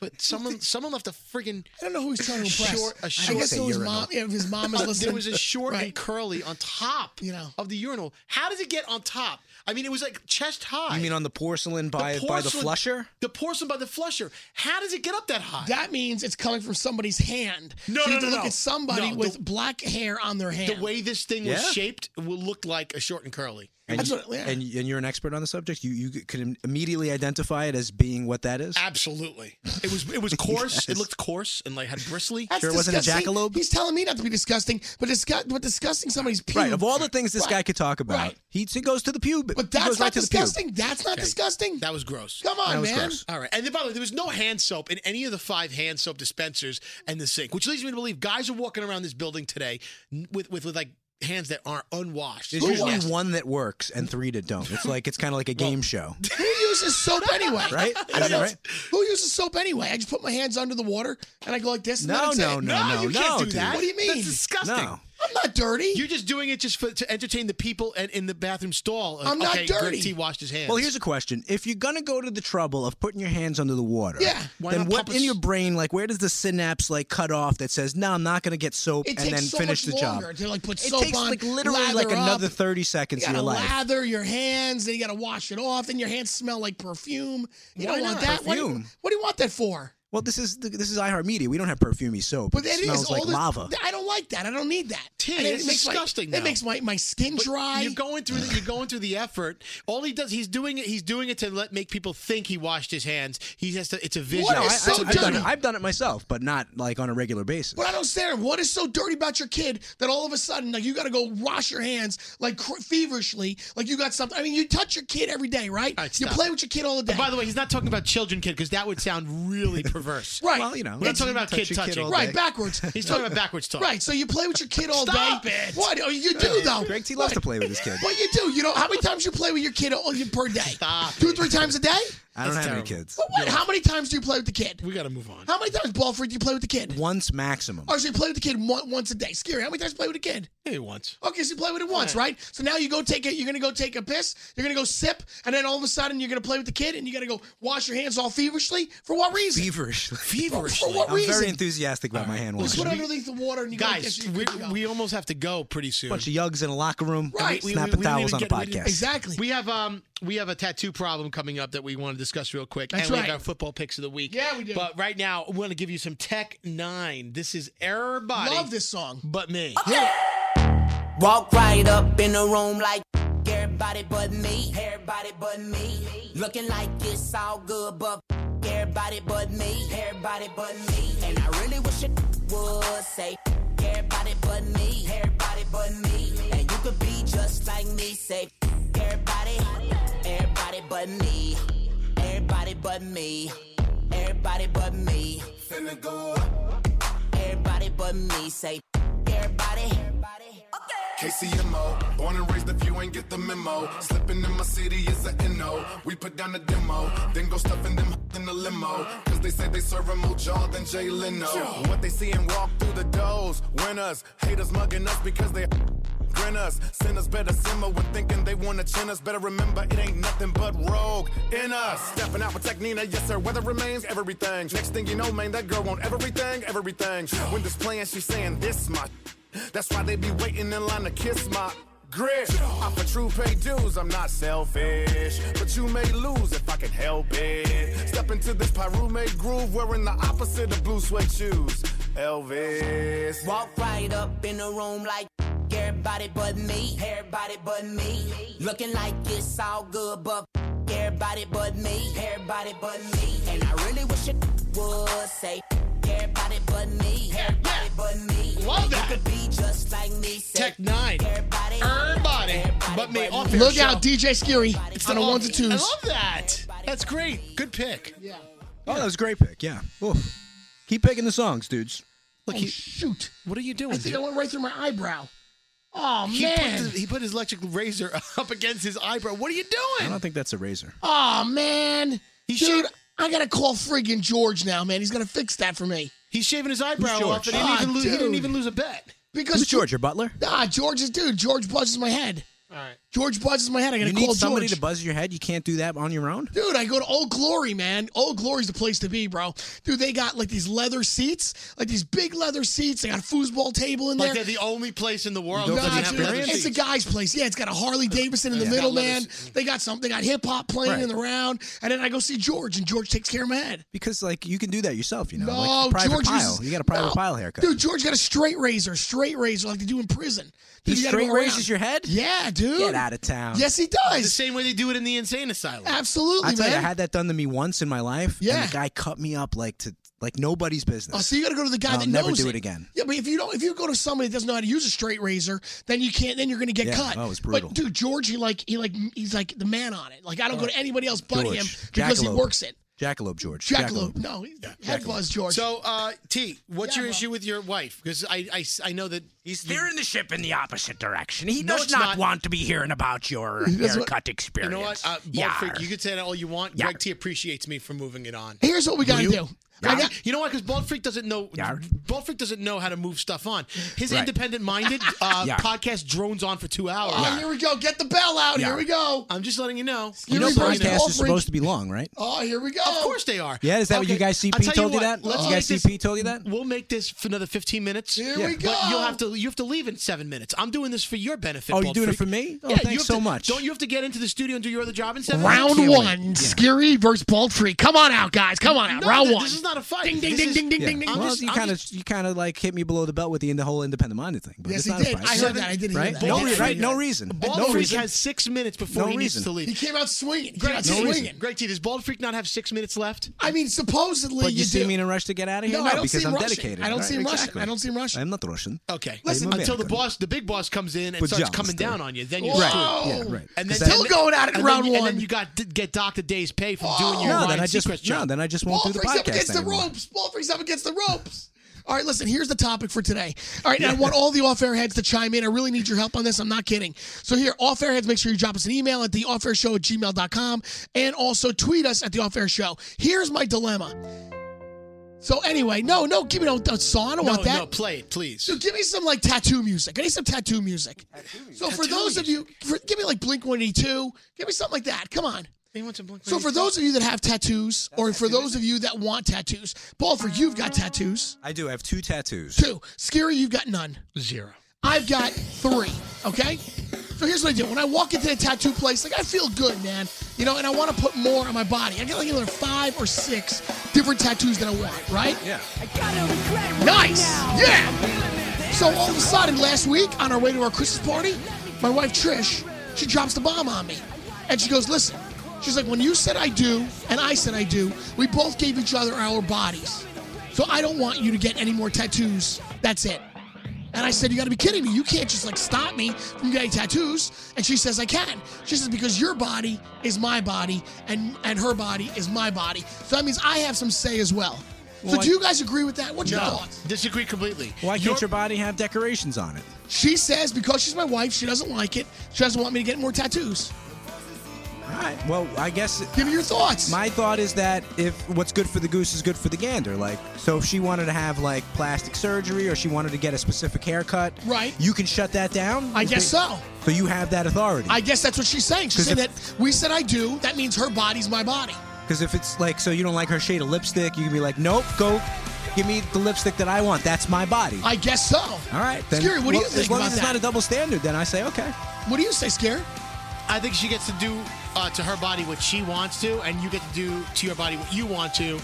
Speaker 1: But someone someone left a friggin'
Speaker 2: I don't know who he's trying to impress.
Speaker 1: Short- a
Speaker 2: I
Speaker 1: short-
Speaker 2: guess it was
Speaker 3: urinal.
Speaker 2: mom. Yeah, if his mom is
Speaker 1: Uh,
Speaker 2: listening.
Speaker 1: there was a short
Speaker 2: Right.
Speaker 1: and curly on top
Speaker 2: You know.
Speaker 1: of the urinal. How does it get on top? I mean, it was like chest high.
Speaker 3: you mean on the porcelain by by the
Speaker 1: porcelain-
Speaker 3: flusher?
Speaker 1: The porcelain by the flusher. How does it get up that high?
Speaker 2: That means it's coming from somebody's hand.
Speaker 1: No,
Speaker 2: so you
Speaker 1: no,
Speaker 2: have to
Speaker 1: no,
Speaker 2: look
Speaker 1: no.
Speaker 2: at somebody
Speaker 1: No,
Speaker 2: with
Speaker 1: the-
Speaker 2: black hair on their hand.
Speaker 1: the way this thing was
Speaker 3: Yeah.
Speaker 1: shaped will look like a short and curly.
Speaker 3: And,
Speaker 2: That's
Speaker 3: you,
Speaker 2: what- yeah.
Speaker 3: and and you're an expert on the subject. You you can immediately identify it as being what that is.
Speaker 1: Absolutely. It was it was coarse. It looked coarse and like had bristly.
Speaker 2: That's
Speaker 3: Sure it wasn't a
Speaker 2: disgusting.
Speaker 3: jackalope?
Speaker 2: He's telling me not to be disgusting, but disgust, but disgusting somebody's pubes.
Speaker 3: Right. Of all the things this guy could talk about,
Speaker 2: Right.
Speaker 3: he he goes to the pube.
Speaker 2: but
Speaker 3: he
Speaker 2: that's
Speaker 3: goes
Speaker 2: not
Speaker 3: right to the pube.
Speaker 2: disgusting. That's not disgusting.
Speaker 1: That was gross.
Speaker 2: Come on,
Speaker 3: That was
Speaker 2: man.
Speaker 3: gross.
Speaker 1: All right. And then, by the way, there was no hand soap in any of the five hand soap dispensers and the sink, which leads me to believe guys are walking around this building today n- with with, with like hands that aren't unwashed.
Speaker 3: There's usually one that works and three that don't. It's like it's kind of like a game show,
Speaker 2: Who uses soap anyway?
Speaker 3: right?
Speaker 2: I don't
Speaker 3: Yeah,
Speaker 2: know.
Speaker 3: right?
Speaker 2: Who uses soap anyway? I just put my hands under the water and I go like this. And
Speaker 3: No,
Speaker 2: then it's
Speaker 3: no,
Speaker 2: it.
Speaker 3: no, no,
Speaker 1: you
Speaker 3: no,
Speaker 1: can't do
Speaker 3: dude.
Speaker 1: that.
Speaker 2: What do you mean?
Speaker 1: That's disgusting.
Speaker 3: No.
Speaker 2: I'm not dirty.
Speaker 1: You're just doing it just for, to entertain the people and in the bathroom stall. Like,
Speaker 2: I'm not
Speaker 1: okay,
Speaker 2: dirty.
Speaker 1: Greg T washed his hands.
Speaker 3: Well, here's a question: If you're gonna go to the trouble of putting your hands under the water,
Speaker 2: Yeah.
Speaker 1: Why
Speaker 3: then
Speaker 1: not
Speaker 3: what
Speaker 1: pump a
Speaker 3: in
Speaker 1: s-
Speaker 3: your brain, like, where does the synapse like cut off that says, "No, I'm not gonna get soap,"
Speaker 2: it
Speaker 3: and
Speaker 2: takes
Speaker 3: then
Speaker 2: so
Speaker 3: finish
Speaker 2: much
Speaker 3: the job?
Speaker 2: longer to like put
Speaker 3: It
Speaker 2: soap
Speaker 3: takes
Speaker 2: on,
Speaker 3: like literally
Speaker 2: lather
Speaker 3: like
Speaker 2: up.
Speaker 3: another 30
Speaker 2: You
Speaker 3: seconds of
Speaker 2: gotta
Speaker 3: your life.
Speaker 2: lather your hands, then you gotta wash it off, and your hands smell like perfume. You
Speaker 3: Why
Speaker 2: don't want
Speaker 3: not?
Speaker 2: that. What do, you,
Speaker 3: Perfume.
Speaker 2: what do you want that for?
Speaker 3: Well, this is this is iHeartMedia. We don't have perfumey soap.
Speaker 2: But
Speaker 3: it
Speaker 2: that is
Speaker 3: smells like
Speaker 2: all this-
Speaker 3: lava.
Speaker 2: I don't like that. I don't need that.
Speaker 1: Tim,
Speaker 2: And
Speaker 1: it's
Speaker 2: makes my-
Speaker 1: disgusting
Speaker 2: It
Speaker 1: now.
Speaker 2: makes my, my skin
Speaker 1: But
Speaker 2: dry.
Speaker 1: You're going through the, you're going through the effort. All he does, he's doing it. He's doing it to let make people think he washed his hands. He has to. It's a visual.
Speaker 2: What
Speaker 3: no, Oh, I,
Speaker 2: is so
Speaker 3: have done
Speaker 2: dirty?
Speaker 3: it, I've done it myself, but not like on a regular basis.
Speaker 2: But I don't understand what is so dirty about your kid that all of a sudden like you got to go wash your hands like cr- feverishly, like you got something. I mean, you touch your kid every day, right?
Speaker 1: All right,
Speaker 2: you
Speaker 1: stop.
Speaker 2: play with your kid all the day.
Speaker 1: By the way, he's not talking about children, kid, because that would sound really perverse.
Speaker 2: right?
Speaker 3: Well, you know,
Speaker 1: We're not talking about
Speaker 3: touch
Speaker 1: kid
Speaker 3: your
Speaker 1: touching.
Speaker 3: all
Speaker 2: right,
Speaker 3: day.
Speaker 2: backwards.
Speaker 1: He's talking about backwards talk.
Speaker 2: Right, so you play with your kid all
Speaker 1: Stop
Speaker 2: day.
Speaker 1: it.
Speaker 2: What? Oh, you do though.
Speaker 3: Greg T loves
Speaker 2: What?
Speaker 3: to play with his kid.
Speaker 2: What you do? You know how many times you play with your kid all, per day?
Speaker 1: Stop
Speaker 2: Two or three times a day.
Speaker 3: I don't have
Speaker 1: That's
Speaker 3: any
Speaker 1: terrible.
Speaker 3: kids.
Speaker 2: But what? How many times do you play with the kid?
Speaker 1: We got to move on.
Speaker 2: How many times, Balford, do you play with the kid?
Speaker 3: Once maximum.
Speaker 2: Or so you play with the kid one, once a day. Scary. How many times you play with a kid?
Speaker 1: Maybe once.
Speaker 2: Okay, so you play with it once, right? So now you go take it. You're gonna go take a piss. You're gonna go sip, and then all of a sudden you're gonna play with the kid, and you gotta go wash your hands all feverishly. For what reason?
Speaker 3: Feverishly.
Speaker 2: For
Speaker 1: Feverishly.
Speaker 2: what
Speaker 3: I'm very
Speaker 2: reason?
Speaker 3: enthusiastic about my hand
Speaker 2: You
Speaker 3: washing.
Speaker 2: put it underneath the water, and you gotta
Speaker 1: Guys,
Speaker 2: guess you
Speaker 1: we,
Speaker 2: think you go.
Speaker 1: we almost have to go pretty soon.
Speaker 3: bunch of yugs in a locker room,
Speaker 2: Right. We-
Speaker 3: snapping
Speaker 1: we- we didn't
Speaker 3: towels
Speaker 1: even
Speaker 3: on a
Speaker 1: get- we didn't-
Speaker 3: podcast.
Speaker 2: exactly.
Speaker 1: We have um we have a tattoo problem coming up that we want to discuss real quick.
Speaker 2: That's
Speaker 1: and we
Speaker 2: right.
Speaker 1: have our football picks of the week.
Speaker 2: Yeah, we do.
Speaker 1: But right now, we want to give you some Tech Nine. This is everybody.
Speaker 2: Love this song.
Speaker 1: but me.
Speaker 6: Walk right up in the room like everybody but me. Everybody but me. Looking like it's all good, but everybody but me. Everybody but me. And I really wish it would say everybody but me. Everybody but me. And you could be just like me. Say everybody, everybody but me. Everybody but me. Everybody but me. Finna go up. Everybody but me. Say everybody. everybody.
Speaker 7: KCMO, born and raised if you ain't get the memo. Slipping in my city is a NO. We put down a demo, then go stuffing them in the limo. Cause they say they serving more jaw than Jay Leno. What they see and walk through the doors. Winners, haters mugging us because they grin us. Sinners better simmer when thinking they wanna chin us. Better remember it ain't nothing but rogue in us. Stepping out with Tech Nina, yes sir, weather remains everything. Next thing you know, man, that girl want everything, everything. When this playing, she's saying this my. That's why they be waiting in line to kiss my. Grip. I for true pay dues, I'm not selfish. But you may lose if I can help it. Step into this Pyrumate groove, wearing the opposite of blue suede shoes. Elvis.
Speaker 6: Walk right up in the room like everybody but me. Everybody but me. Looking like it's all good, but everybody but me. Everybody but me. And I really wish it would say everybody but me. Everybody but me.
Speaker 1: Love
Speaker 6: And
Speaker 1: that.
Speaker 6: You could be just like me. Say,
Speaker 1: Tech Nine.
Speaker 6: Everybody.
Speaker 1: Everybody but me. Off air
Speaker 2: Look
Speaker 1: show.
Speaker 2: out, DJ Scary.
Speaker 1: It's
Speaker 2: on
Speaker 1: the
Speaker 2: the
Speaker 1: off-
Speaker 2: ones and
Speaker 1: I
Speaker 2: twos.
Speaker 1: love that. That's great. Good pick.
Speaker 3: Oh, that was a great pick. Yeah. Oof. Keep picking the songs, dudes.
Speaker 1: Look,
Speaker 2: Oh,
Speaker 1: he-
Speaker 2: shoot.
Speaker 1: what are you doing?
Speaker 2: I think I
Speaker 1: dude?
Speaker 2: went right through my eyebrow. Oh,
Speaker 1: he, put
Speaker 2: man.
Speaker 1: his, he put his electric razor up against his eyebrow. What are you
Speaker 3: I
Speaker 1: doing?
Speaker 3: don't think that's a razor.
Speaker 2: Oh, man.
Speaker 1: He
Speaker 2: Dude,
Speaker 1: should-
Speaker 2: I got to call friggin' George now, man. He's going to fix that for me.
Speaker 1: He's shaving his eyebrow
Speaker 3: Who's
Speaker 1: off, and he
Speaker 2: George?
Speaker 1: didn't, even
Speaker 2: Ah,
Speaker 1: lose, he didn't
Speaker 2: dude.
Speaker 1: even lose a bet.
Speaker 2: Because
Speaker 3: Who's George? Your butler?
Speaker 2: Nah, George is dude. George buzzes my head.
Speaker 1: All right.
Speaker 2: George buzzes my head. I gotta
Speaker 3: You
Speaker 2: call
Speaker 3: need somebody
Speaker 2: George.
Speaker 3: to buzz your head. You can't do that on your own.
Speaker 2: Dude, I go to Old Glory, man. Old Glory's the place to be, bro. Dude, they got like these leather seats, like these big leather seats. They got a foosball table in
Speaker 1: Like
Speaker 2: there.
Speaker 1: they're the only place in the world
Speaker 3: Don't
Speaker 1: that doesn't
Speaker 3: they
Speaker 2: Nah,
Speaker 1: have
Speaker 2: dude,
Speaker 1: leather
Speaker 2: it's
Speaker 1: seats.
Speaker 2: a guy's place. Yeah, it's got a Harley Davidson in the middle,
Speaker 1: Got leather
Speaker 2: man. They got something. They got hip hop playing in the round, and then I go see George, and George takes care of my head.
Speaker 3: Because like you can do that yourself, you know.
Speaker 2: No,
Speaker 3: like a private
Speaker 2: George
Speaker 3: pile.
Speaker 2: uses-
Speaker 3: you got a private
Speaker 2: No.
Speaker 3: pile haircut.
Speaker 2: Dude, George got a straight razor, straight razor, like they do in prison.
Speaker 3: he
Speaker 2: Dude, you gotta
Speaker 3: straight
Speaker 2: go around.
Speaker 3: raises your head.
Speaker 2: Yeah, dude.
Speaker 3: Get out of town.
Speaker 2: Yes, he
Speaker 1: the
Speaker 2: does.
Speaker 1: same way they do it in the insane asylum.
Speaker 2: Absolutely,
Speaker 3: I tell
Speaker 2: man.
Speaker 3: you, I had that done to me once in my life.
Speaker 2: Yeah.
Speaker 3: And the guy cut me up like to like nobody's business.
Speaker 2: Oh, so you got to go to the guy
Speaker 3: I'll
Speaker 2: that
Speaker 3: never
Speaker 2: knows
Speaker 3: do it again.
Speaker 2: Yeah, but if you don't, if you go to somebody that doesn't know how to use a straight razor, then you can't. Then you're going to get
Speaker 3: Yeah,
Speaker 2: cut.
Speaker 3: oh, it was brutal.
Speaker 2: But dude, George, he like he like he's like the man on it. Like I don't go to anybody else but
Speaker 3: Oh, George.
Speaker 2: him because he
Speaker 3: Jackalope.
Speaker 2: works it.
Speaker 3: Jackalope George.
Speaker 2: Jackalope. No, he's head buzz George.
Speaker 1: So, uh, T, what's
Speaker 2: Yeah,
Speaker 1: your
Speaker 2: bro.
Speaker 1: issue with your wife? Because I, I, I know that
Speaker 4: He's steering the ship in the opposite direction. He
Speaker 1: No,
Speaker 4: does
Speaker 1: it's
Speaker 4: not,
Speaker 1: not.
Speaker 4: want to be hearing about your
Speaker 2: That's what-
Speaker 4: haircut
Speaker 1: you
Speaker 4: experience.
Speaker 1: know what. Uh, Bald
Speaker 4: Yar.
Speaker 1: Freak, you could say that all you want.
Speaker 4: Yeah.
Speaker 1: Greg T appreciates me for moving it on.
Speaker 2: Here's what we got to do.
Speaker 1: I got- you know why? Because Bald Freak doesn't know. Bald Freak doesn't know how to move stuff on. His independent-minded uh,
Speaker 4: Yeah.
Speaker 1: podcast drones on for two hours.
Speaker 2: Oh, here we go. Get the bell out.
Speaker 4: Yeah.
Speaker 2: Here we go.
Speaker 1: I'm just letting you know.
Speaker 3: You know,
Speaker 2: You're right,
Speaker 3: podcasts are
Speaker 2: Alfred.
Speaker 3: supposed to be long, right?
Speaker 2: Oh, here we go.
Speaker 1: Of course they are.
Speaker 3: Yeah, is that what you
Speaker 1: Okay,
Speaker 3: guys? CP
Speaker 1: I'll tell
Speaker 3: told you,
Speaker 1: what,
Speaker 3: that.
Speaker 1: let's
Speaker 3: you
Speaker 1: make
Speaker 3: guys
Speaker 1: this-
Speaker 3: CP told you that.
Speaker 1: We'll make this for another 15 minutes.
Speaker 2: Here we go.
Speaker 1: But you'll have to you have to leave in seven minutes. I'm doing this for your benefit.
Speaker 3: Oh, you're
Speaker 1: Bald
Speaker 3: doing it
Speaker 1: Freak.
Speaker 3: for me? Oh,
Speaker 1: yeah, you
Speaker 3: thanks
Speaker 1: have
Speaker 3: so
Speaker 1: to-
Speaker 3: much.
Speaker 1: Don't you have to get into the studio and do your other job in seven? minutes?
Speaker 2: Round
Speaker 3: Can't wait.
Speaker 2: one, Skiri versus Bald Freak. Come on out, guys. Come on out.
Speaker 1: No,
Speaker 2: Round
Speaker 1: th-
Speaker 2: one.
Speaker 1: This is not a fight.
Speaker 2: Ding, ding,
Speaker 1: This
Speaker 2: ding,
Speaker 1: is-
Speaker 2: ding, ding,
Speaker 3: Yeah.
Speaker 2: ding, ding.
Speaker 1: I'm
Speaker 3: well,
Speaker 1: just-
Speaker 3: you
Speaker 1: I'm
Speaker 3: kind of
Speaker 1: just-
Speaker 3: you kind of like hit me below the belt with the, the whole independent minded thing. But
Speaker 2: Yes,
Speaker 3: it's
Speaker 2: he
Speaker 3: not
Speaker 2: did.
Speaker 3: A fight.
Speaker 2: I heard that. I didn't hear
Speaker 3: Right?
Speaker 2: that.
Speaker 3: No,
Speaker 2: I didn't
Speaker 3: re- right?
Speaker 2: hear
Speaker 3: No
Speaker 2: that.
Speaker 3: reason.
Speaker 1: Bald
Speaker 3: no
Speaker 1: Freak
Speaker 3: reason.
Speaker 1: has six minutes before
Speaker 3: No
Speaker 1: he needs
Speaker 3: reason.
Speaker 1: to
Speaker 2: He
Speaker 1: leave.
Speaker 2: came out swinging. He came
Speaker 1: Greg
Speaker 2: out
Speaker 1: T,
Speaker 3: no
Speaker 2: swinging.
Speaker 3: reason.
Speaker 1: Greg T, does Bald Freak not have six minutes left?
Speaker 2: I mean, supposedly
Speaker 3: but you, see
Speaker 2: do.
Speaker 3: me in a rush to get out of here
Speaker 2: no,
Speaker 3: now
Speaker 2: I don't
Speaker 3: because
Speaker 2: see
Speaker 3: I'm
Speaker 2: him rushing.
Speaker 3: dedicated.
Speaker 2: I don't
Speaker 3: right?
Speaker 2: see him rushing.
Speaker 3: Exactly.
Speaker 2: I don't see him rushing.
Speaker 3: I'm not Russian.
Speaker 1: Okay.
Speaker 3: Listen,
Speaker 1: Listen,
Speaker 3: I'm
Speaker 1: until the
Speaker 3: American.
Speaker 1: boss, the big boss, comes in and
Speaker 3: But
Speaker 1: starts
Speaker 3: John's
Speaker 1: coming
Speaker 3: there.
Speaker 1: down on you. Then you're
Speaker 2: Right.
Speaker 1: screwed.
Speaker 2: Oh.
Speaker 3: Yeah, right.
Speaker 1: And then
Speaker 3: 'Cause that-
Speaker 2: Still going out in
Speaker 1: And
Speaker 2: round
Speaker 1: then, you-
Speaker 2: one. Oh.
Speaker 1: And then you got to get docked a day's pay from doing your
Speaker 3: no,
Speaker 1: Ryan
Speaker 3: then I just
Speaker 1: Seacrest
Speaker 3: no,
Speaker 1: job.
Speaker 3: then I just won't
Speaker 2: Ball
Speaker 3: do the
Speaker 2: freaks up
Speaker 3: podcast
Speaker 2: against the
Speaker 3: anymore.
Speaker 2: ropes. Ball freaks up against the ropes. All right, listen, here's the topic for today. All right, and I want all the off air heads to chime in. I really need your help on this. I'm not kidding. So, here, off air heads, make sure you drop us an email at the off air show at gmail.com and also tweet us at the off air show. Here's my dilemma. So, anyway, no, no, give me no, no song. I don't
Speaker 1: No,
Speaker 2: want that.
Speaker 1: Oh, no, play it, please.
Speaker 2: So give me some like tattoo music. I need some tattoo music. So for those of you, for, give me like Blink 182. Give me something like that. Come on. So for those of you that have tattoos, or for those of you that want tattoos, Balford, you've got tattoos.
Speaker 3: I do. I have two tattoos.
Speaker 2: Two. Scary, you've got none.
Speaker 1: Zero.
Speaker 2: I've got three. Okay. So here's what I do. When I walk into the tattoo place, like I feel good, man. You know, and I want to put more on my body. I got like another five or six different tattoos that I want. Right.
Speaker 3: Yeah.
Speaker 2: Nice. Yeah. So all of a sudden, last week on our way to our Christmas party, my wife Trish, she drops the bomb on me, and she goes, "Listen," she's like, "When you said I do and I said I do, we both gave each other our bodies. So I don't want you to get any more tattoos. That's it." And I said, "You got to be kidding me! You can't just like stop me from getting tattoos." And she says, "I can." She says, "Because your body is my body, and and her body is my body. So that means I have some say as well." So do you guys agree with that? What's your
Speaker 1: No,
Speaker 2: thoughts?
Speaker 1: disagree completely.
Speaker 3: Why
Speaker 1: Your-
Speaker 3: can't your body have decorations on it?
Speaker 2: She says because she's my wife, she doesn't like it. She doesn't want me to get more tattoos.
Speaker 3: All right. Well, I guess
Speaker 2: Give me your thoughts.
Speaker 3: My thought is that if what's good for the goose is good for the gander, like so if she wanted to have like plastic surgery or she wanted to get a specific haircut,
Speaker 2: Right.
Speaker 3: You can shut that down.
Speaker 2: I guess so.
Speaker 3: So you have that authority.
Speaker 2: I guess that's what she's saying. She
Speaker 3: 'Cause
Speaker 2: said
Speaker 3: if-
Speaker 2: that we said I do. That means her body's my body.
Speaker 3: Because if it's like so you don't like her shade of lipstick, you can be like, nope, go give me the lipstick that I want. That's my body.
Speaker 2: I guess so. All
Speaker 3: All right. Then,
Speaker 2: Scary. What do you
Speaker 3: well,
Speaker 2: think
Speaker 3: As long
Speaker 2: about
Speaker 3: as it's
Speaker 2: that?
Speaker 3: not a double standard, then I say okay.
Speaker 2: what do you say, Scary?
Speaker 1: I think she gets to do uh, to her body what she wants to, and you get to do to your body what you want to,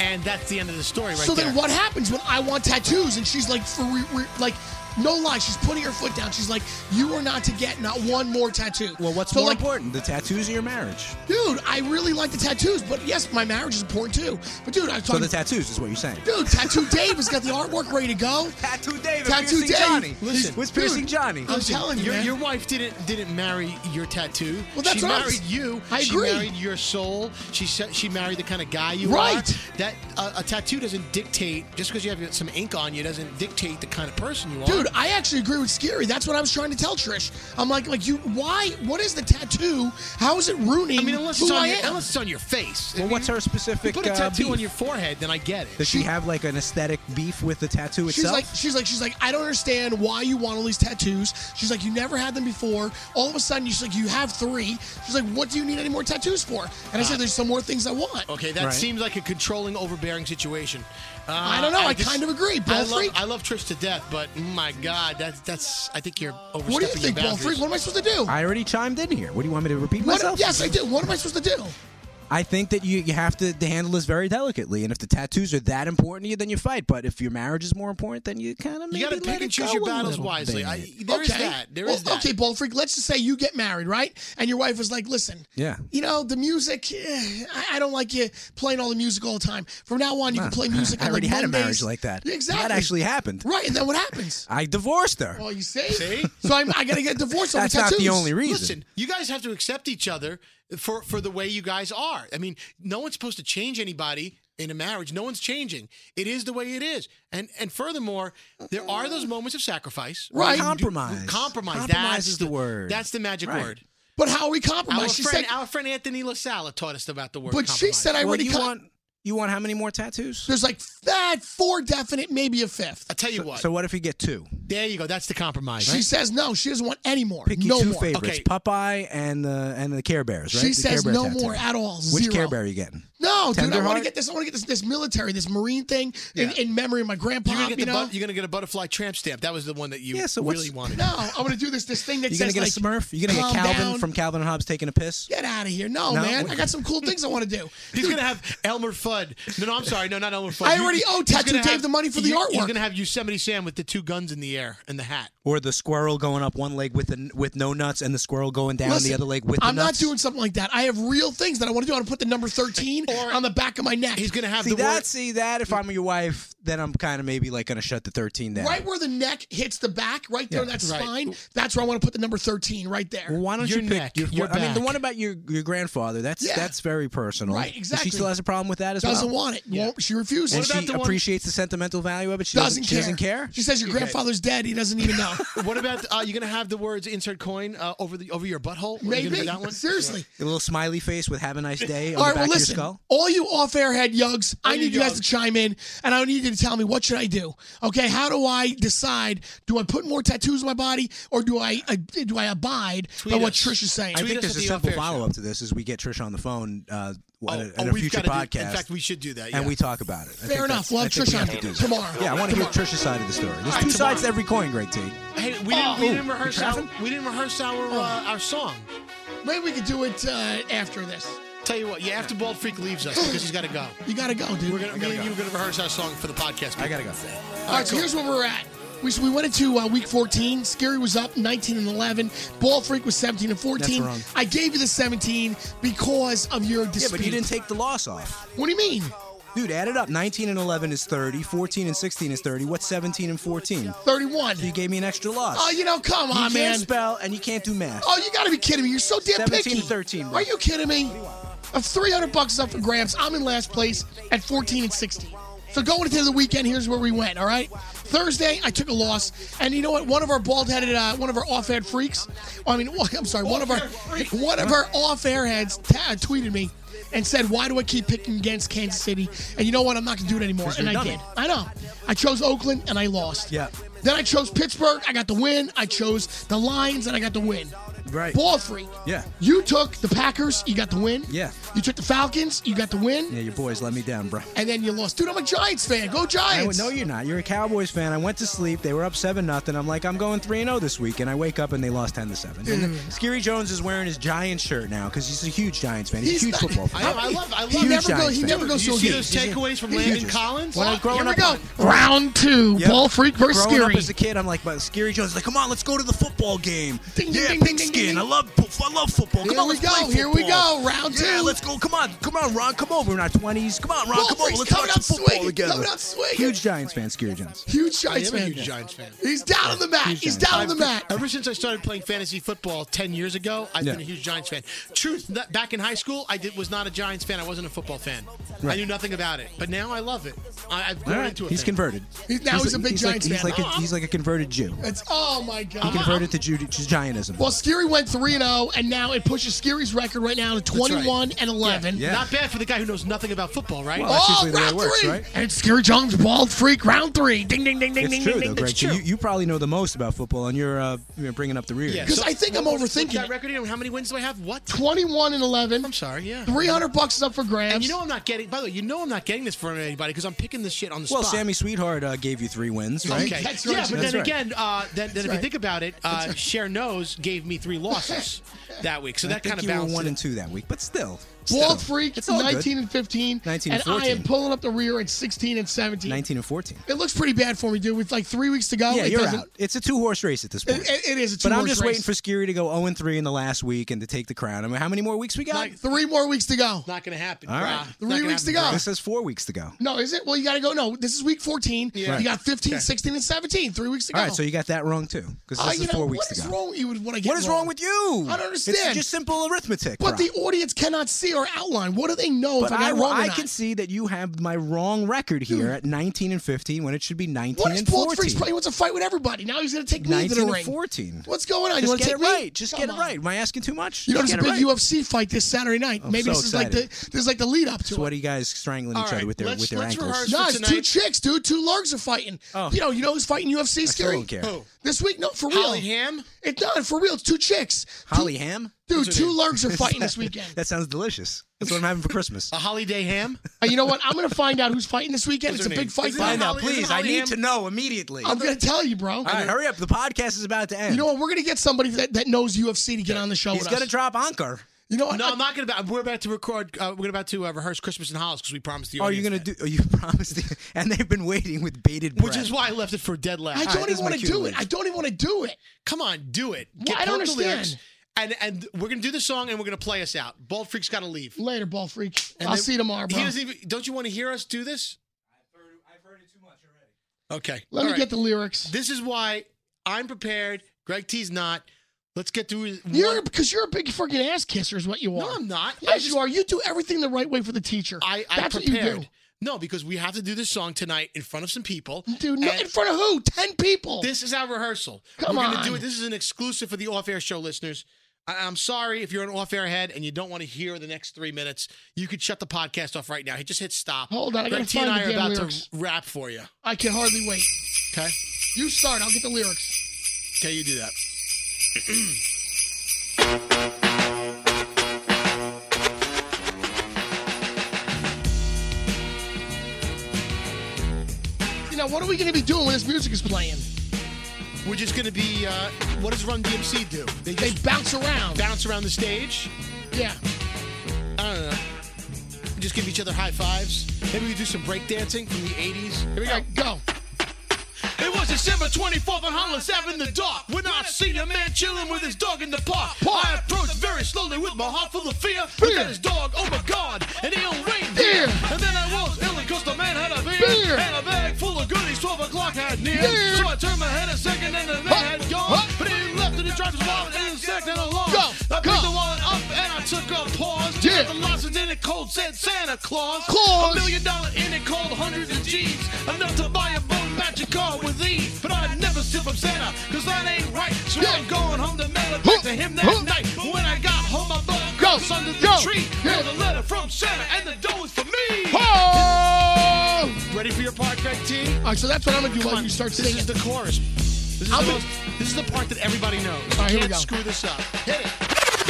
Speaker 1: and that's the end of the story, right
Speaker 2: so
Speaker 1: there.
Speaker 2: then, what happens when I want tattoos and she's like, for re- re- like, no lie, she's putting her foot down. She's like, you are not to get not one more tattoo.
Speaker 3: Well, what's
Speaker 2: so
Speaker 3: more
Speaker 2: like,
Speaker 3: important, the tattoos or your marriage?
Speaker 2: dude? I really like the tattoos, but yes, my marriage is important too. But dude, I was
Speaker 3: So
Speaker 2: talking.
Speaker 3: the tattoos is what you're saying.
Speaker 2: dude, Tattoo Dave has got the artwork ready to go.
Speaker 3: Tattoo David,
Speaker 2: Tattoo
Speaker 3: piercing
Speaker 2: Dave.
Speaker 3: Johnny.
Speaker 1: Listen,
Speaker 3: with piercing
Speaker 2: dude,
Speaker 3: Johnny.
Speaker 2: I'm telling you,
Speaker 1: your,
Speaker 2: man.
Speaker 1: your wife didn't didn't marry your tattoo.
Speaker 2: Well, that's
Speaker 1: she
Speaker 2: what I'm
Speaker 1: married
Speaker 2: s-
Speaker 1: you.
Speaker 2: I
Speaker 1: she
Speaker 2: agree.
Speaker 1: married your soul. She sa- she married the kind of guy you
Speaker 2: Right.
Speaker 1: are. That uh, a tattoo doesn't dictate just because you have some ink on you doesn't dictate the kind of person you are.
Speaker 2: Dude, I actually agree with Scary. That's what I was trying to tell Trish. I'm like, like you, why? What is the tattoo? How is it ruining
Speaker 1: I mean, unless
Speaker 2: who
Speaker 1: it's on
Speaker 2: I
Speaker 1: your,
Speaker 2: am?
Speaker 1: unless it's on your face.
Speaker 3: Well,
Speaker 1: If
Speaker 3: what's
Speaker 1: you-
Speaker 3: her specific,
Speaker 1: You put a
Speaker 3: uh,
Speaker 1: tattoo on
Speaker 3: beef?
Speaker 1: your forehead, then I get it.
Speaker 3: Does she have like an aesthetic beef with the tattoo
Speaker 2: She's
Speaker 3: itself?
Speaker 2: like, she's like, she's like, I don't understand why you want all these tattoos. She's like, you never had them before. All of a sudden, she's like, you have three. She's like, what do you need any more tattoos for? And I said, there's some more things I want.
Speaker 1: Uh, Okay, that
Speaker 3: Right.
Speaker 1: seems like a controlling, overbearing situation. Uh,
Speaker 2: I don't know, I kind of agree,
Speaker 1: I
Speaker 2: Ball
Speaker 1: love,
Speaker 2: Freak.
Speaker 1: I love Trish to death, but my God, that's that's. I think you're overstepping
Speaker 2: What do you think,
Speaker 1: your
Speaker 2: Ball
Speaker 1: boundaries.
Speaker 2: Freak? What am I supposed to do?
Speaker 3: I already chimed in here. What do you want me to repeat
Speaker 2: What-
Speaker 3: myself?
Speaker 2: yes, I do. What am I supposed to do?
Speaker 3: I think that you, you have to, to handle this very delicately. And if the tattoos are that important to you, then you fight. But if your marriage is more important, then you kind of
Speaker 1: You got to pick and choose your battles wisely. I, there is
Speaker 2: okay.
Speaker 1: that. There
Speaker 2: Well,
Speaker 1: is that.
Speaker 2: Okay, Ball Freak, let's just say you get married, right? And your wife was like, listen,
Speaker 3: Yeah.
Speaker 2: you know, the music, eh, I, I don't like you playing all the music all the time. From now on, you can play music
Speaker 3: I
Speaker 2: on
Speaker 3: already
Speaker 2: like
Speaker 3: had a
Speaker 2: Mondays.
Speaker 3: marriage like that.
Speaker 2: Exactly.
Speaker 3: That actually happened.
Speaker 2: Right, and then what happens?
Speaker 3: I divorced her.
Speaker 2: Well, you see? So I'm, I got to get divorced over
Speaker 3: That's
Speaker 2: tattoos.
Speaker 3: not the only reason.
Speaker 1: Listen, you guys have to accept each other for for the way you guys are. I mean, no one's supposed to change anybody in a marriage. No one's changing. It is the way it is. And and furthermore, there are those moments of sacrifice. where
Speaker 2: Right.
Speaker 1: you do-
Speaker 3: Compromise.
Speaker 1: Compromise.
Speaker 3: Compromise
Speaker 1: that's
Speaker 3: is the word.
Speaker 1: That's the magic
Speaker 3: Right.
Speaker 1: word.
Speaker 2: But how are we
Speaker 1: Our
Speaker 2: compromised? She
Speaker 1: friend,
Speaker 2: said,
Speaker 1: our friend Anthony LaSala taught us about the word.
Speaker 2: but she
Speaker 1: compromise.
Speaker 2: said I
Speaker 3: Well,
Speaker 2: already
Speaker 3: you
Speaker 2: com-
Speaker 3: want You want how many more tattoos?
Speaker 2: There's like that four definite, maybe a fifth.
Speaker 1: I tell you what.
Speaker 3: So what if you get two?
Speaker 1: there you go. That's the compromise.
Speaker 2: She
Speaker 1: right?
Speaker 2: says no. She doesn't want any more.
Speaker 3: Pick your
Speaker 2: no
Speaker 3: two
Speaker 2: more.
Speaker 3: favorites:
Speaker 1: Okay.
Speaker 3: Popeye and the and the Care Bears. Right?
Speaker 2: She
Speaker 3: The
Speaker 2: says
Speaker 3: Care Bear
Speaker 2: no
Speaker 3: tattoo.
Speaker 2: more at all.
Speaker 3: Which
Speaker 2: Zero.
Speaker 3: Care Bear are you getting?
Speaker 2: No, dude, I want to
Speaker 3: Tenderheart?
Speaker 2: get this. I want to get this this military, this marine thing in, in memory of my grandpa.
Speaker 1: You're gonna, get
Speaker 2: you
Speaker 1: the
Speaker 2: know.
Speaker 1: but, you're gonna get a butterfly tramp stamp. That was the one that you
Speaker 3: Yeah, so what's-
Speaker 1: really wanted.
Speaker 2: no, I'm gonna do this this thing that
Speaker 3: You gonna
Speaker 2: says
Speaker 3: get
Speaker 2: like
Speaker 3: a Smurf? You gonna get
Speaker 2: calm
Speaker 3: Calvin
Speaker 2: down.
Speaker 3: from Calvin and Hobbes taking a piss?
Speaker 2: Get out of here! No,
Speaker 3: No?
Speaker 2: man, I got some cool things I want to do.
Speaker 1: He's gonna have Elmer Fudd. No, no, I'm sorry. No, not Elmer Fudd.
Speaker 2: I
Speaker 1: You-
Speaker 2: already owe
Speaker 1: he's
Speaker 2: Tattoo
Speaker 1: gonna
Speaker 2: Dave the money for the
Speaker 1: you- He's
Speaker 2: artwork.
Speaker 1: gonna have Yosemite Sam with the two guns in the air and the hat.
Speaker 3: Or the squirrel going up one leg with the, with no nuts, and the squirrel going down
Speaker 2: Listen,
Speaker 3: the other leg with
Speaker 2: I'm
Speaker 3: the
Speaker 2: not
Speaker 3: nuts.
Speaker 2: doing something like that. I have real things that I want to do. I want to put the number 13 on the back of my neck.
Speaker 1: He's gonna have
Speaker 3: See
Speaker 1: the
Speaker 3: that?
Speaker 1: word.
Speaker 3: See that? If I'm your wife, then I'm kind of maybe like gonna shut the thirteen down.
Speaker 2: right where the neck hits the back, right there, that's
Speaker 1: right.
Speaker 2: spine. That's where I want to put the number 13, right there.
Speaker 3: Well, why don't
Speaker 1: Your
Speaker 3: you
Speaker 1: neck,
Speaker 3: pick? Your,
Speaker 1: your
Speaker 3: I mean, the
Speaker 1: back.
Speaker 3: one about your your grandfather. That's
Speaker 2: Yeah.
Speaker 3: that's very personal.
Speaker 2: Right,
Speaker 3: And
Speaker 2: exactly.
Speaker 3: She still has a problem with that as
Speaker 2: Doesn't
Speaker 3: well.
Speaker 2: want it. Won't, she refuses.
Speaker 3: and she
Speaker 1: the one-
Speaker 3: appreciates the sentimental value of it. She
Speaker 2: doesn't,
Speaker 3: She
Speaker 2: care.
Speaker 3: doesn't care.
Speaker 2: She says your grandfather's dead. He doesn't even know.
Speaker 1: What about uh, you're gonna have the words "insert coin" uh, over the over your butthole? Are you
Speaker 2: Maybe.
Speaker 1: gonna do that one?
Speaker 2: Seriously.
Speaker 3: A little smiley face with "Have a nice day"
Speaker 2: All
Speaker 3: on the
Speaker 2: right,
Speaker 3: back
Speaker 2: well,
Speaker 3: of your
Speaker 2: listen.
Speaker 3: skull.
Speaker 2: All you off-air head yugs, I need you guys
Speaker 1: yugs.
Speaker 2: to chime in, and I need you to tell me what should I do. Okay, how do I decide? Do I put more tattoos on my body, or do I, I do I abide by
Speaker 1: Tweet
Speaker 2: what
Speaker 1: us.
Speaker 2: Trish is saying?
Speaker 1: Tweet
Speaker 3: I think
Speaker 1: us
Speaker 3: there's a
Speaker 1: at the
Speaker 3: simple
Speaker 1: Unfair Show.
Speaker 3: follow up to this: is we get Trish on the phone uh, at a,
Speaker 1: oh,
Speaker 3: at a
Speaker 1: we've
Speaker 3: future
Speaker 1: gotta
Speaker 3: podcast.
Speaker 1: do- in fact, we should do that,
Speaker 3: and
Speaker 1: yeah.
Speaker 3: we talk about it. I think
Speaker 2: Fair enough.
Speaker 3: that's-
Speaker 2: We'll
Speaker 3: I
Speaker 2: have
Speaker 3: think we
Speaker 2: Trish on
Speaker 3: have to do that.
Speaker 2: tomorrow.
Speaker 3: Yeah, I want to hear Trish's side of the story. There's
Speaker 1: right,
Speaker 3: two
Speaker 1: tomorrow.
Speaker 3: sides to every coin, Greg T.
Speaker 1: Hey, we
Speaker 2: Oh.
Speaker 1: didn't, we didn't rehearse our we didn't rehearse our uh, our song.
Speaker 2: Maybe we could do it uh, after this.
Speaker 1: Tell you what, yeah, after Bald Freak leaves us because he's got to go.
Speaker 2: You gotta go, dude.
Speaker 1: We're gonna, me and you are gonna rehearse our song for the podcast.
Speaker 3: I gotta go.
Speaker 2: All right, so here's where we're at. We, so we went into uh, week 14. Scary was up 19 and 11. Ball Freak was 17 and 14.
Speaker 3: That's wrong.
Speaker 2: I gave you the 17 because of your
Speaker 3: Yeah,
Speaker 2: dispute.
Speaker 3: but you didn't take the loss off.
Speaker 2: What do you mean?
Speaker 3: Dude, add it up. 19 and 11 is 30. 14 and 16 is 30. What's 17 and 14?
Speaker 2: 31.
Speaker 3: You gave me an extra loss.
Speaker 2: Oh, you know, come
Speaker 3: You
Speaker 2: on,
Speaker 3: can't
Speaker 2: man.
Speaker 3: spell and you can't do math.
Speaker 2: Oh, you gotta be kidding me. You're so damn
Speaker 3: 17
Speaker 2: picky.
Speaker 3: to 13, bro.
Speaker 2: Are you kidding me? Of 300 bucks is up for grabs. I'm in last place at 14 and 16. So going into the weekend, here's where we went. All right, Thursday I took a loss, and you know what? One of our bald-headed, uh, one of our off-head freaks. I mean, I'm sorry, one of our one of our off-air heads ta- tweeted me and said, "Why do I keep picking against Kansas City?" And you know what? I'm not gonna do it anymore. And I
Speaker 3: you're dumb.
Speaker 2: did. I know. I chose Oakland and I lost.
Speaker 3: Yeah.
Speaker 2: Then I chose Pittsburgh. I got the win. I chose the Lions and I got the win.
Speaker 3: Right.
Speaker 2: Ball freak.
Speaker 3: Yeah.
Speaker 2: You took the Packers. You got the win.
Speaker 3: Yeah.
Speaker 2: You took the Falcons. You got the win.
Speaker 3: Yeah, your boys let me down, bro.
Speaker 2: And then you lost. Dude, I'm a Giants fan. Go
Speaker 3: I went,
Speaker 2: Giants.
Speaker 3: no, you're not. You're a Cowboys fan. I went to sleep. They were up seven nothing. I'm like, I'm going three and zero this week, and I wake up and they lost ten to seven. And
Speaker 2: Mm.
Speaker 3: then Scary Jones is wearing his Giants shirt now because he's a huge Giants fan. He's,
Speaker 2: He's
Speaker 3: a huge
Speaker 2: not-
Speaker 3: football fan.
Speaker 1: I, I love I love
Speaker 2: He
Speaker 3: Huge
Speaker 2: never, go,
Speaker 3: Giants
Speaker 2: he
Speaker 3: fan.
Speaker 2: never goes to
Speaker 1: You
Speaker 2: a
Speaker 1: see
Speaker 2: game.
Speaker 1: those takeaways from Landon
Speaker 3: Huge.
Speaker 1: Collins?
Speaker 3: When I-
Speaker 1: Fuck.
Speaker 3: growing
Speaker 2: Here we
Speaker 3: up
Speaker 2: go.
Speaker 3: on-
Speaker 2: Round two.
Speaker 3: Yep.
Speaker 2: Ball freak versus
Speaker 3: Growing
Speaker 2: scary.
Speaker 3: up as a kid, I'm like, but Scary Jones is like, come on, let's go to the football game.
Speaker 2: Ding, ding,
Speaker 3: yeah,
Speaker 2: ding, ding,
Speaker 3: pigskin.
Speaker 2: ding, ding.
Speaker 3: I love, po- I love football. Come
Speaker 2: Here
Speaker 3: on,
Speaker 2: we
Speaker 3: let's
Speaker 2: go,
Speaker 3: play
Speaker 2: here we
Speaker 3: football.
Speaker 2: go, round
Speaker 3: yeah,
Speaker 2: two.
Speaker 3: Let's go. Come on, come on, Ron, come over in our twenties. Come on, Ron,
Speaker 2: Ball
Speaker 3: come over.
Speaker 2: freak's
Speaker 3: Let's
Speaker 2: coming
Speaker 3: watch
Speaker 2: up
Speaker 3: some football
Speaker 2: swinging,
Speaker 3: together.
Speaker 2: coming up swinging.
Speaker 3: Huge Giants fan, Scary Jones.
Speaker 2: huge Giants
Speaker 1: I am a
Speaker 2: fan.
Speaker 1: huge Giants fan.
Speaker 2: He's down on the mat. He's down on the mat.
Speaker 1: Ever since I started playing fantasy football ten years ago, I've
Speaker 3: Yeah.
Speaker 1: been a huge Giants fan. Truth, that back in high school, I did, was not a Giants fan. I wasn't a football fan. I knew nothing about it, but now I love it. I, I've grown
Speaker 3: All right,
Speaker 1: into it.
Speaker 3: he's converted.
Speaker 2: He's- now he's a big
Speaker 3: like-
Speaker 2: Giants
Speaker 3: he's
Speaker 2: fan.
Speaker 3: Like a, he's like a converted Jew.
Speaker 2: It's oh my
Speaker 3: He
Speaker 2: god.
Speaker 3: converted to, Jew, to Zionism.
Speaker 2: Well, Scary went 3 0, and now it pushes Scary's record right now to 21 and 11.
Speaker 3: Yeah.
Speaker 1: Not bad for the guy who knows nothing about football, right?
Speaker 3: Well, That's
Speaker 2: Oh,
Speaker 3: usually the way
Speaker 2: round
Speaker 3: it works,
Speaker 2: three!
Speaker 3: right?
Speaker 2: And Scary Jones, bald freak, round three. Ding, ding, ding, ding,
Speaker 3: it's
Speaker 2: ding,
Speaker 3: true,
Speaker 2: ding,
Speaker 3: though,
Speaker 2: ding.
Speaker 3: Greg. So you, you probably know the most about football, and you're, uh, you're bringing up the rear.
Speaker 1: Yeah,
Speaker 2: 'Cause I think I'm
Speaker 1: what- what's
Speaker 2: overthinking
Speaker 1: that
Speaker 2: it.
Speaker 1: record. How many wins do I have? What?
Speaker 2: 21 and 11.
Speaker 1: I'm sorry. Yeah.
Speaker 2: 300 bucks is up for grabs.
Speaker 1: And you know I'm not getting. By the way, you know I'm not getting this from anybody because I'm picking this shit on the
Speaker 3: Well,
Speaker 1: spot.
Speaker 3: Sammy Sweetheart uh, gave you three wins, right?
Speaker 1: Okay.
Speaker 2: That's
Speaker 1: yeah,
Speaker 2: right.
Speaker 1: but
Speaker 3: That's
Speaker 1: then
Speaker 3: right.
Speaker 1: again, uh, then, then if you
Speaker 2: right.
Speaker 1: think about it, uh, Cher knows gave me three losses that week, so
Speaker 3: I
Speaker 1: that
Speaker 3: think
Speaker 1: kind of
Speaker 3: you were
Speaker 1: balanced.
Speaker 3: one
Speaker 1: it.
Speaker 3: and two that week, but still. still.
Speaker 2: Bald freak,
Speaker 3: It's all good.
Speaker 2: 19 and 15.
Speaker 3: 19
Speaker 2: and
Speaker 3: and
Speaker 2: I am
Speaker 3: 14.
Speaker 2: pulling up the rear at 16 and 17.
Speaker 3: 19 and 14.
Speaker 2: It looks pretty bad for me, dude. With like three weeks to go,
Speaker 3: yeah,
Speaker 2: it
Speaker 3: you're
Speaker 2: doesn't-
Speaker 3: out. It's a two horse race at this point.
Speaker 2: It, it- it is a two
Speaker 3: but I'm just waiting for Skiri to go 0 and 3 in the last week and to take the crown. I mean, how many more weeks we got?
Speaker 2: like three more weeks to go.
Speaker 1: Not going to happen.
Speaker 3: All right.
Speaker 1: brah.
Speaker 2: Three
Speaker 1: Not gonna
Speaker 2: weeks to
Speaker 1: happen,
Speaker 2: go.
Speaker 1: brah.
Speaker 3: This has four weeks to go. All
Speaker 2: No, is it? Well, you got to go. No, this is week 14. You got 15, 16, and 17. Three weeks to go.
Speaker 3: right, so you got that wrong too, because
Speaker 2: Uh,
Speaker 3: this
Speaker 2: you
Speaker 3: is
Speaker 2: know,
Speaker 3: four weeks
Speaker 2: what
Speaker 3: to
Speaker 2: is
Speaker 3: go.
Speaker 2: wrong with you? What, I get
Speaker 3: What is wrong with you?
Speaker 2: I don't
Speaker 3: It's
Speaker 2: understand.
Speaker 3: just simple arithmetic.
Speaker 2: but
Speaker 3: Brock.
Speaker 2: the audience cannot see our outline. What do they know if
Speaker 3: But
Speaker 2: I
Speaker 3: I,
Speaker 2: got it wrong or
Speaker 3: I
Speaker 2: not?
Speaker 3: can see that you have my wrong record here at 19 and 15 when it should be 19
Speaker 2: What is
Speaker 3: and
Speaker 2: Paul Freaks
Speaker 3: 14.
Speaker 2: playing? He wants to fight with everybody. Now he's going to take me to
Speaker 3: 19
Speaker 2: the
Speaker 3: and
Speaker 2: ring.
Speaker 3: 14.
Speaker 2: What's going on? you
Speaker 3: Just
Speaker 2: want to
Speaker 3: get
Speaker 2: take
Speaker 3: it
Speaker 2: me?
Speaker 3: right. Just
Speaker 2: Come
Speaker 3: get it
Speaker 2: on.
Speaker 3: right. Am I asking too much?
Speaker 2: You know,
Speaker 3: Just
Speaker 2: there's a
Speaker 3: get
Speaker 2: big
Speaker 3: it right.
Speaker 2: UFC fight this Saturday night. Maybe
Speaker 3: so
Speaker 2: this is like
Speaker 3: excited.
Speaker 2: the this is like the lead up to
Speaker 3: So
Speaker 2: it.
Speaker 3: what are you guys strangling
Speaker 1: All
Speaker 3: each
Speaker 1: right,
Speaker 3: other with their
Speaker 1: let's-
Speaker 3: with their
Speaker 1: let's
Speaker 3: ankles?
Speaker 1: rehearse.
Speaker 2: No,
Speaker 1: for
Speaker 2: it's two
Speaker 1: tonight?
Speaker 2: chicks, dude. Two lurgs are fighting.
Speaker 3: Oh.
Speaker 2: You know, you know who's fighting UFC, Scary?
Speaker 3: don't care. Who?
Speaker 2: This week? No, for real.
Speaker 1: Holly Ham?
Speaker 2: It's not for real. It's two chicks. Two-
Speaker 3: Holly Ham?
Speaker 2: Dude, two lurgs are fighting this weekend.
Speaker 3: That sounds delicious. That's what I'm having for Christmas.
Speaker 1: A holiday ham?
Speaker 2: Uh, you know what? I'm gonna find out who's fighting this weekend.
Speaker 1: What's
Speaker 2: It's a
Speaker 1: her
Speaker 2: big
Speaker 1: name?
Speaker 2: fight.
Speaker 1: Is it
Speaker 2: Bob.
Speaker 1: Holly-
Speaker 3: Find out,
Speaker 1: isn't
Speaker 3: please. I
Speaker 1: Holly
Speaker 3: need
Speaker 1: Ham-
Speaker 3: to know immediately.
Speaker 2: I'm gonna tell you, bro.
Speaker 3: All right, hurry up. The podcast is about to end.
Speaker 2: You know what? We're gonna get somebody that, that knows UFC to get on the show
Speaker 3: He's
Speaker 2: with
Speaker 3: gonna
Speaker 2: us.
Speaker 3: drop Ankar.
Speaker 2: you know what?
Speaker 1: No, I'm not going to. We're about to record. Uh, we're about to uh, rehearse Christmas and Hollis because we promised the
Speaker 3: Oh, you're
Speaker 1: audience.
Speaker 3: gonna
Speaker 1: that.
Speaker 3: do? Oh, you promised, it. and they've been waiting with bated breath.
Speaker 1: Which is why I left it for dead last.
Speaker 2: I
Speaker 3: right,
Speaker 2: don't
Speaker 3: this is
Speaker 2: even
Speaker 3: my
Speaker 2: want to
Speaker 3: cue
Speaker 2: do
Speaker 3: to
Speaker 2: it.
Speaker 3: leave.
Speaker 2: I don't even want to do it.
Speaker 1: Come on, do it. Get
Speaker 2: I don't
Speaker 1: quote the lyrics,
Speaker 2: understand.
Speaker 1: and and we're gonna do the song and we're gonna play us out. Bald freak's got to leave.
Speaker 2: Later, ball freak.
Speaker 1: And
Speaker 2: I'll
Speaker 1: then-
Speaker 2: see you tomorrow, bro.
Speaker 1: He doesn't even. Don't you want to hear us do this? I've heard. I've heard it too much already. Okay.
Speaker 2: Let me
Speaker 1: All right.
Speaker 2: get the lyrics.
Speaker 1: This is why I'm prepared. Greg T's not. Let's get through. his-
Speaker 2: You're
Speaker 1: one-
Speaker 2: because you're a big freaking ass kisser, is what you are.
Speaker 1: No, I'm not. I
Speaker 2: Yes,
Speaker 1: just-
Speaker 2: you are. You do everything the right way for the teacher.
Speaker 1: I, I
Speaker 2: That's
Speaker 1: prepared.
Speaker 2: what you
Speaker 1: No, because we have to do this song tonight in front of some people.
Speaker 2: do, dude. No,
Speaker 1: And
Speaker 2: in front of who? Ten people.
Speaker 1: this is our rehearsal.
Speaker 2: Come
Speaker 1: We're gonna
Speaker 2: on.
Speaker 1: do it. This is an exclusive for the off-air show listeners. I- I'm sorry if you're an off-air head and you don't want to hear the next three minutes. You could shut the podcast off right now. Hey, Just hit stop.
Speaker 2: Hold on, I
Speaker 1: Greg
Speaker 2: gotta
Speaker 1: T and
Speaker 2: find
Speaker 1: I
Speaker 2: the
Speaker 1: are
Speaker 2: damn
Speaker 1: about
Speaker 2: lyrics.
Speaker 1: to rap for you.
Speaker 2: I can hardly wait.
Speaker 1: Okay.
Speaker 2: You start. I'll get the lyrics.
Speaker 1: Okay, you do that.
Speaker 2: You know what are we going to be doing when this music is playing?
Speaker 1: We're just gonna be. Uh, what does Run DMC do? They
Speaker 2: They
Speaker 1: just
Speaker 2: bounce around.
Speaker 1: bounce around the stage.
Speaker 2: yeah.
Speaker 1: I don't know. We Just give each other high fives. Maybe we do some break dancing from the 80s. Here we
Speaker 2: All
Speaker 1: go.
Speaker 2: right, go.
Speaker 1: It was December 24th on Holland Ave in the dark when I seen a man chilling with his dog in the park. I approached very slowly with my heart full of fear. Looked
Speaker 2: Fear.
Speaker 1: at his dog, oh my god, and he owned
Speaker 2: Fear.
Speaker 1: reindeer. And then I was ill because the man had a beard
Speaker 2: Fear.
Speaker 1: and a bag full of goodies. 12 o'clock had near.
Speaker 2: Fear.
Speaker 1: So I turned my head a second and the man
Speaker 2: Up,
Speaker 1: had gone.
Speaker 2: up.
Speaker 1: But he left in the driver's wallet and his sack and alarm.
Speaker 2: Go,
Speaker 1: I picked
Speaker 2: go.
Speaker 1: the wallet up and I took a pause.
Speaker 2: Yeah.
Speaker 1: Got The lozenge in it cold said Santa Claus.
Speaker 2: Claus.
Speaker 1: A million dollar in it called hundreds of G's. Enough to buy a bone matching car with these. But I'd never steal from Santa, cause that ain't right. So
Speaker 2: Yeah.
Speaker 1: I'm going home to mail it back to him that
Speaker 2: Huh.
Speaker 1: night. But when I got home, my bug
Speaker 2: Go.
Speaker 1: goes under the
Speaker 2: Go.
Speaker 1: tree.
Speaker 2: Yeah.
Speaker 1: With a letter from Santa, and the dough is for me.
Speaker 2: Oh!
Speaker 1: Ready for your part, Greg T?
Speaker 2: All right, so that's what I'm going to do
Speaker 1: Come
Speaker 2: while
Speaker 1: on,
Speaker 2: you start
Speaker 1: this
Speaker 2: singing.
Speaker 1: is the chorus. This is,
Speaker 2: I'll
Speaker 1: the
Speaker 2: be-
Speaker 1: most, this is the part that everybody knows. You
Speaker 2: right, here we
Speaker 1: can't
Speaker 2: go.
Speaker 1: screw this up. Hit it.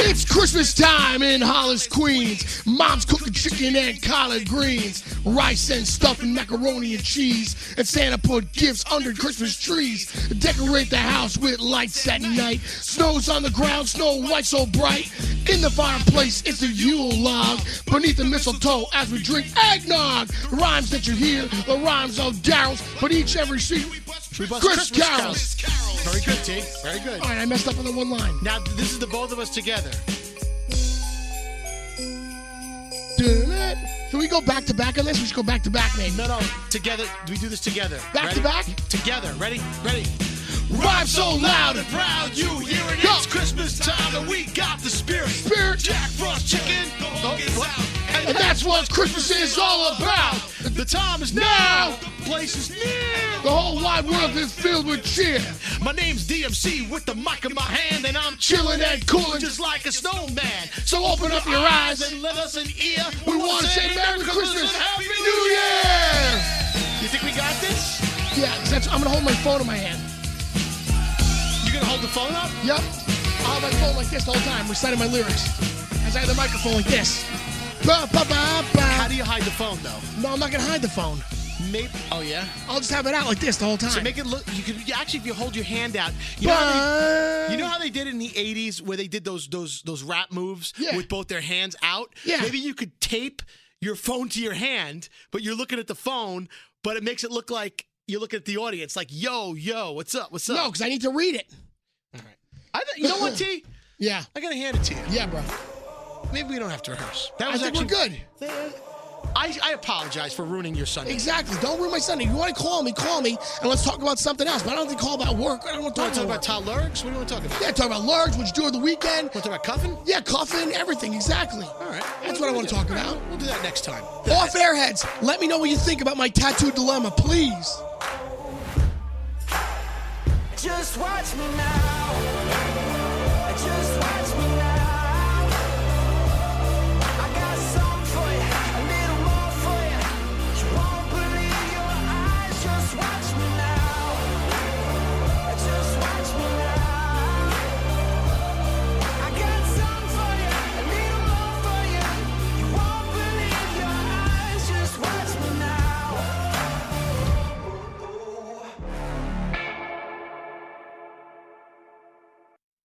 Speaker 2: It's Christmas time in Hollis, Queens. Mom's cooking chicken and collard greens, rice and stuffing, macaroni and cheese. And Santa put gifts under Christmas trees. Decorate the house with lights at night. Snow's on the ground, snow white so bright. In the fireplace, it's a Yule log. Beneath the mistletoe, as we drink eggnog. The rhymes that you hear are rhymes of Daryl's, but each every seat, Chris Carol's.
Speaker 1: Very good, T. Very good.
Speaker 2: All right, I messed up on the one line.
Speaker 1: Now, this is the both of us together.
Speaker 2: Can we go back to back on this? We should go back to back, maybe.
Speaker 1: No, no, together. We do this together.
Speaker 2: Back
Speaker 1: Ready?
Speaker 2: to back?
Speaker 1: Together. Ready? Ready.
Speaker 2: Rhyme so loud and
Speaker 1: proud, you hear it.
Speaker 2: Go.
Speaker 1: It's Christmas time and we got the spirit.
Speaker 2: Spirit. Oh,
Speaker 1: Jack Frost chicken. The hook is out.
Speaker 2: And that's what Christmas is all about.
Speaker 1: The time is
Speaker 2: Now.
Speaker 1: now. The place is
Speaker 2: The
Speaker 1: near.
Speaker 2: whole wide world is filled with cheer.
Speaker 1: My name's DMC with the mic in my hand and I'm
Speaker 2: Chillin'
Speaker 1: chilling
Speaker 2: and
Speaker 1: and
Speaker 2: coolin'.
Speaker 1: cooling just like a snowman.
Speaker 2: So open up your eyes.
Speaker 1: and let us an ear.
Speaker 2: We want to say Merry
Speaker 1: and
Speaker 2: Christmas,
Speaker 1: Happy
Speaker 2: New Year.
Speaker 1: You think we got this?
Speaker 2: Yeah, 'cause that's, I'm gonna hold my phone in my hand.
Speaker 1: You gonna hold the phone up?
Speaker 2: Yep. I'll have my phone like this the whole time, reciting my lyrics. As I have the microphone like this. Ba, ba, ba,
Speaker 1: How
Speaker 2: ba.
Speaker 1: do you hide the phone though?
Speaker 2: No, I'm not gonna hide the phone.
Speaker 1: Maybe. Oh yeah.
Speaker 2: I'll just have it out like this the whole time.
Speaker 1: So make it look. You could you- actually, if you hold your hand out, you know, how
Speaker 2: Ba-
Speaker 1: they, you know how they did in the '80s where they did those those those rap moves
Speaker 2: Yeah.
Speaker 1: with both their hands out.
Speaker 2: Yeah.
Speaker 1: Maybe you could tape your phone to your hand, but you're looking at the phone, but it makes it look like you're looking at the audience, like yo yo, what's up, what's up?
Speaker 2: no, because I need to read it.
Speaker 1: I th- you know what, T?
Speaker 2: Yeah.
Speaker 1: I gotta hand it to you.
Speaker 2: Yeah, bro.
Speaker 1: Maybe we don't have to rehearse. That
Speaker 2: I
Speaker 1: was
Speaker 2: think
Speaker 1: actually
Speaker 2: we're good.
Speaker 1: I, I apologize for ruining your Sunday.
Speaker 2: Exactly. Don't ruin my Sunday. If you want to call me, call me, and let's talk about something else. But I don't have to call about work. I don't want to
Speaker 1: You want
Speaker 2: talk
Speaker 1: to
Speaker 2: about
Speaker 1: talk
Speaker 2: work.
Speaker 1: about Todd Lurgs? What do you want to talk about?
Speaker 2: yeah, talk about large, what you do over the weekend.
Speaker 1: Want to talk about cuffing?
Speaker 2: Yeah, cuffing, everything. Exactly.
Speaker 1: All right.
Speaker 2: That's what I want to talk about.
Speaker 1: We'll do that next time.
Speaker 2: Off airheads, let me know what you think about my tattoo dilemma, please.
Speaker 6: Just watch me now.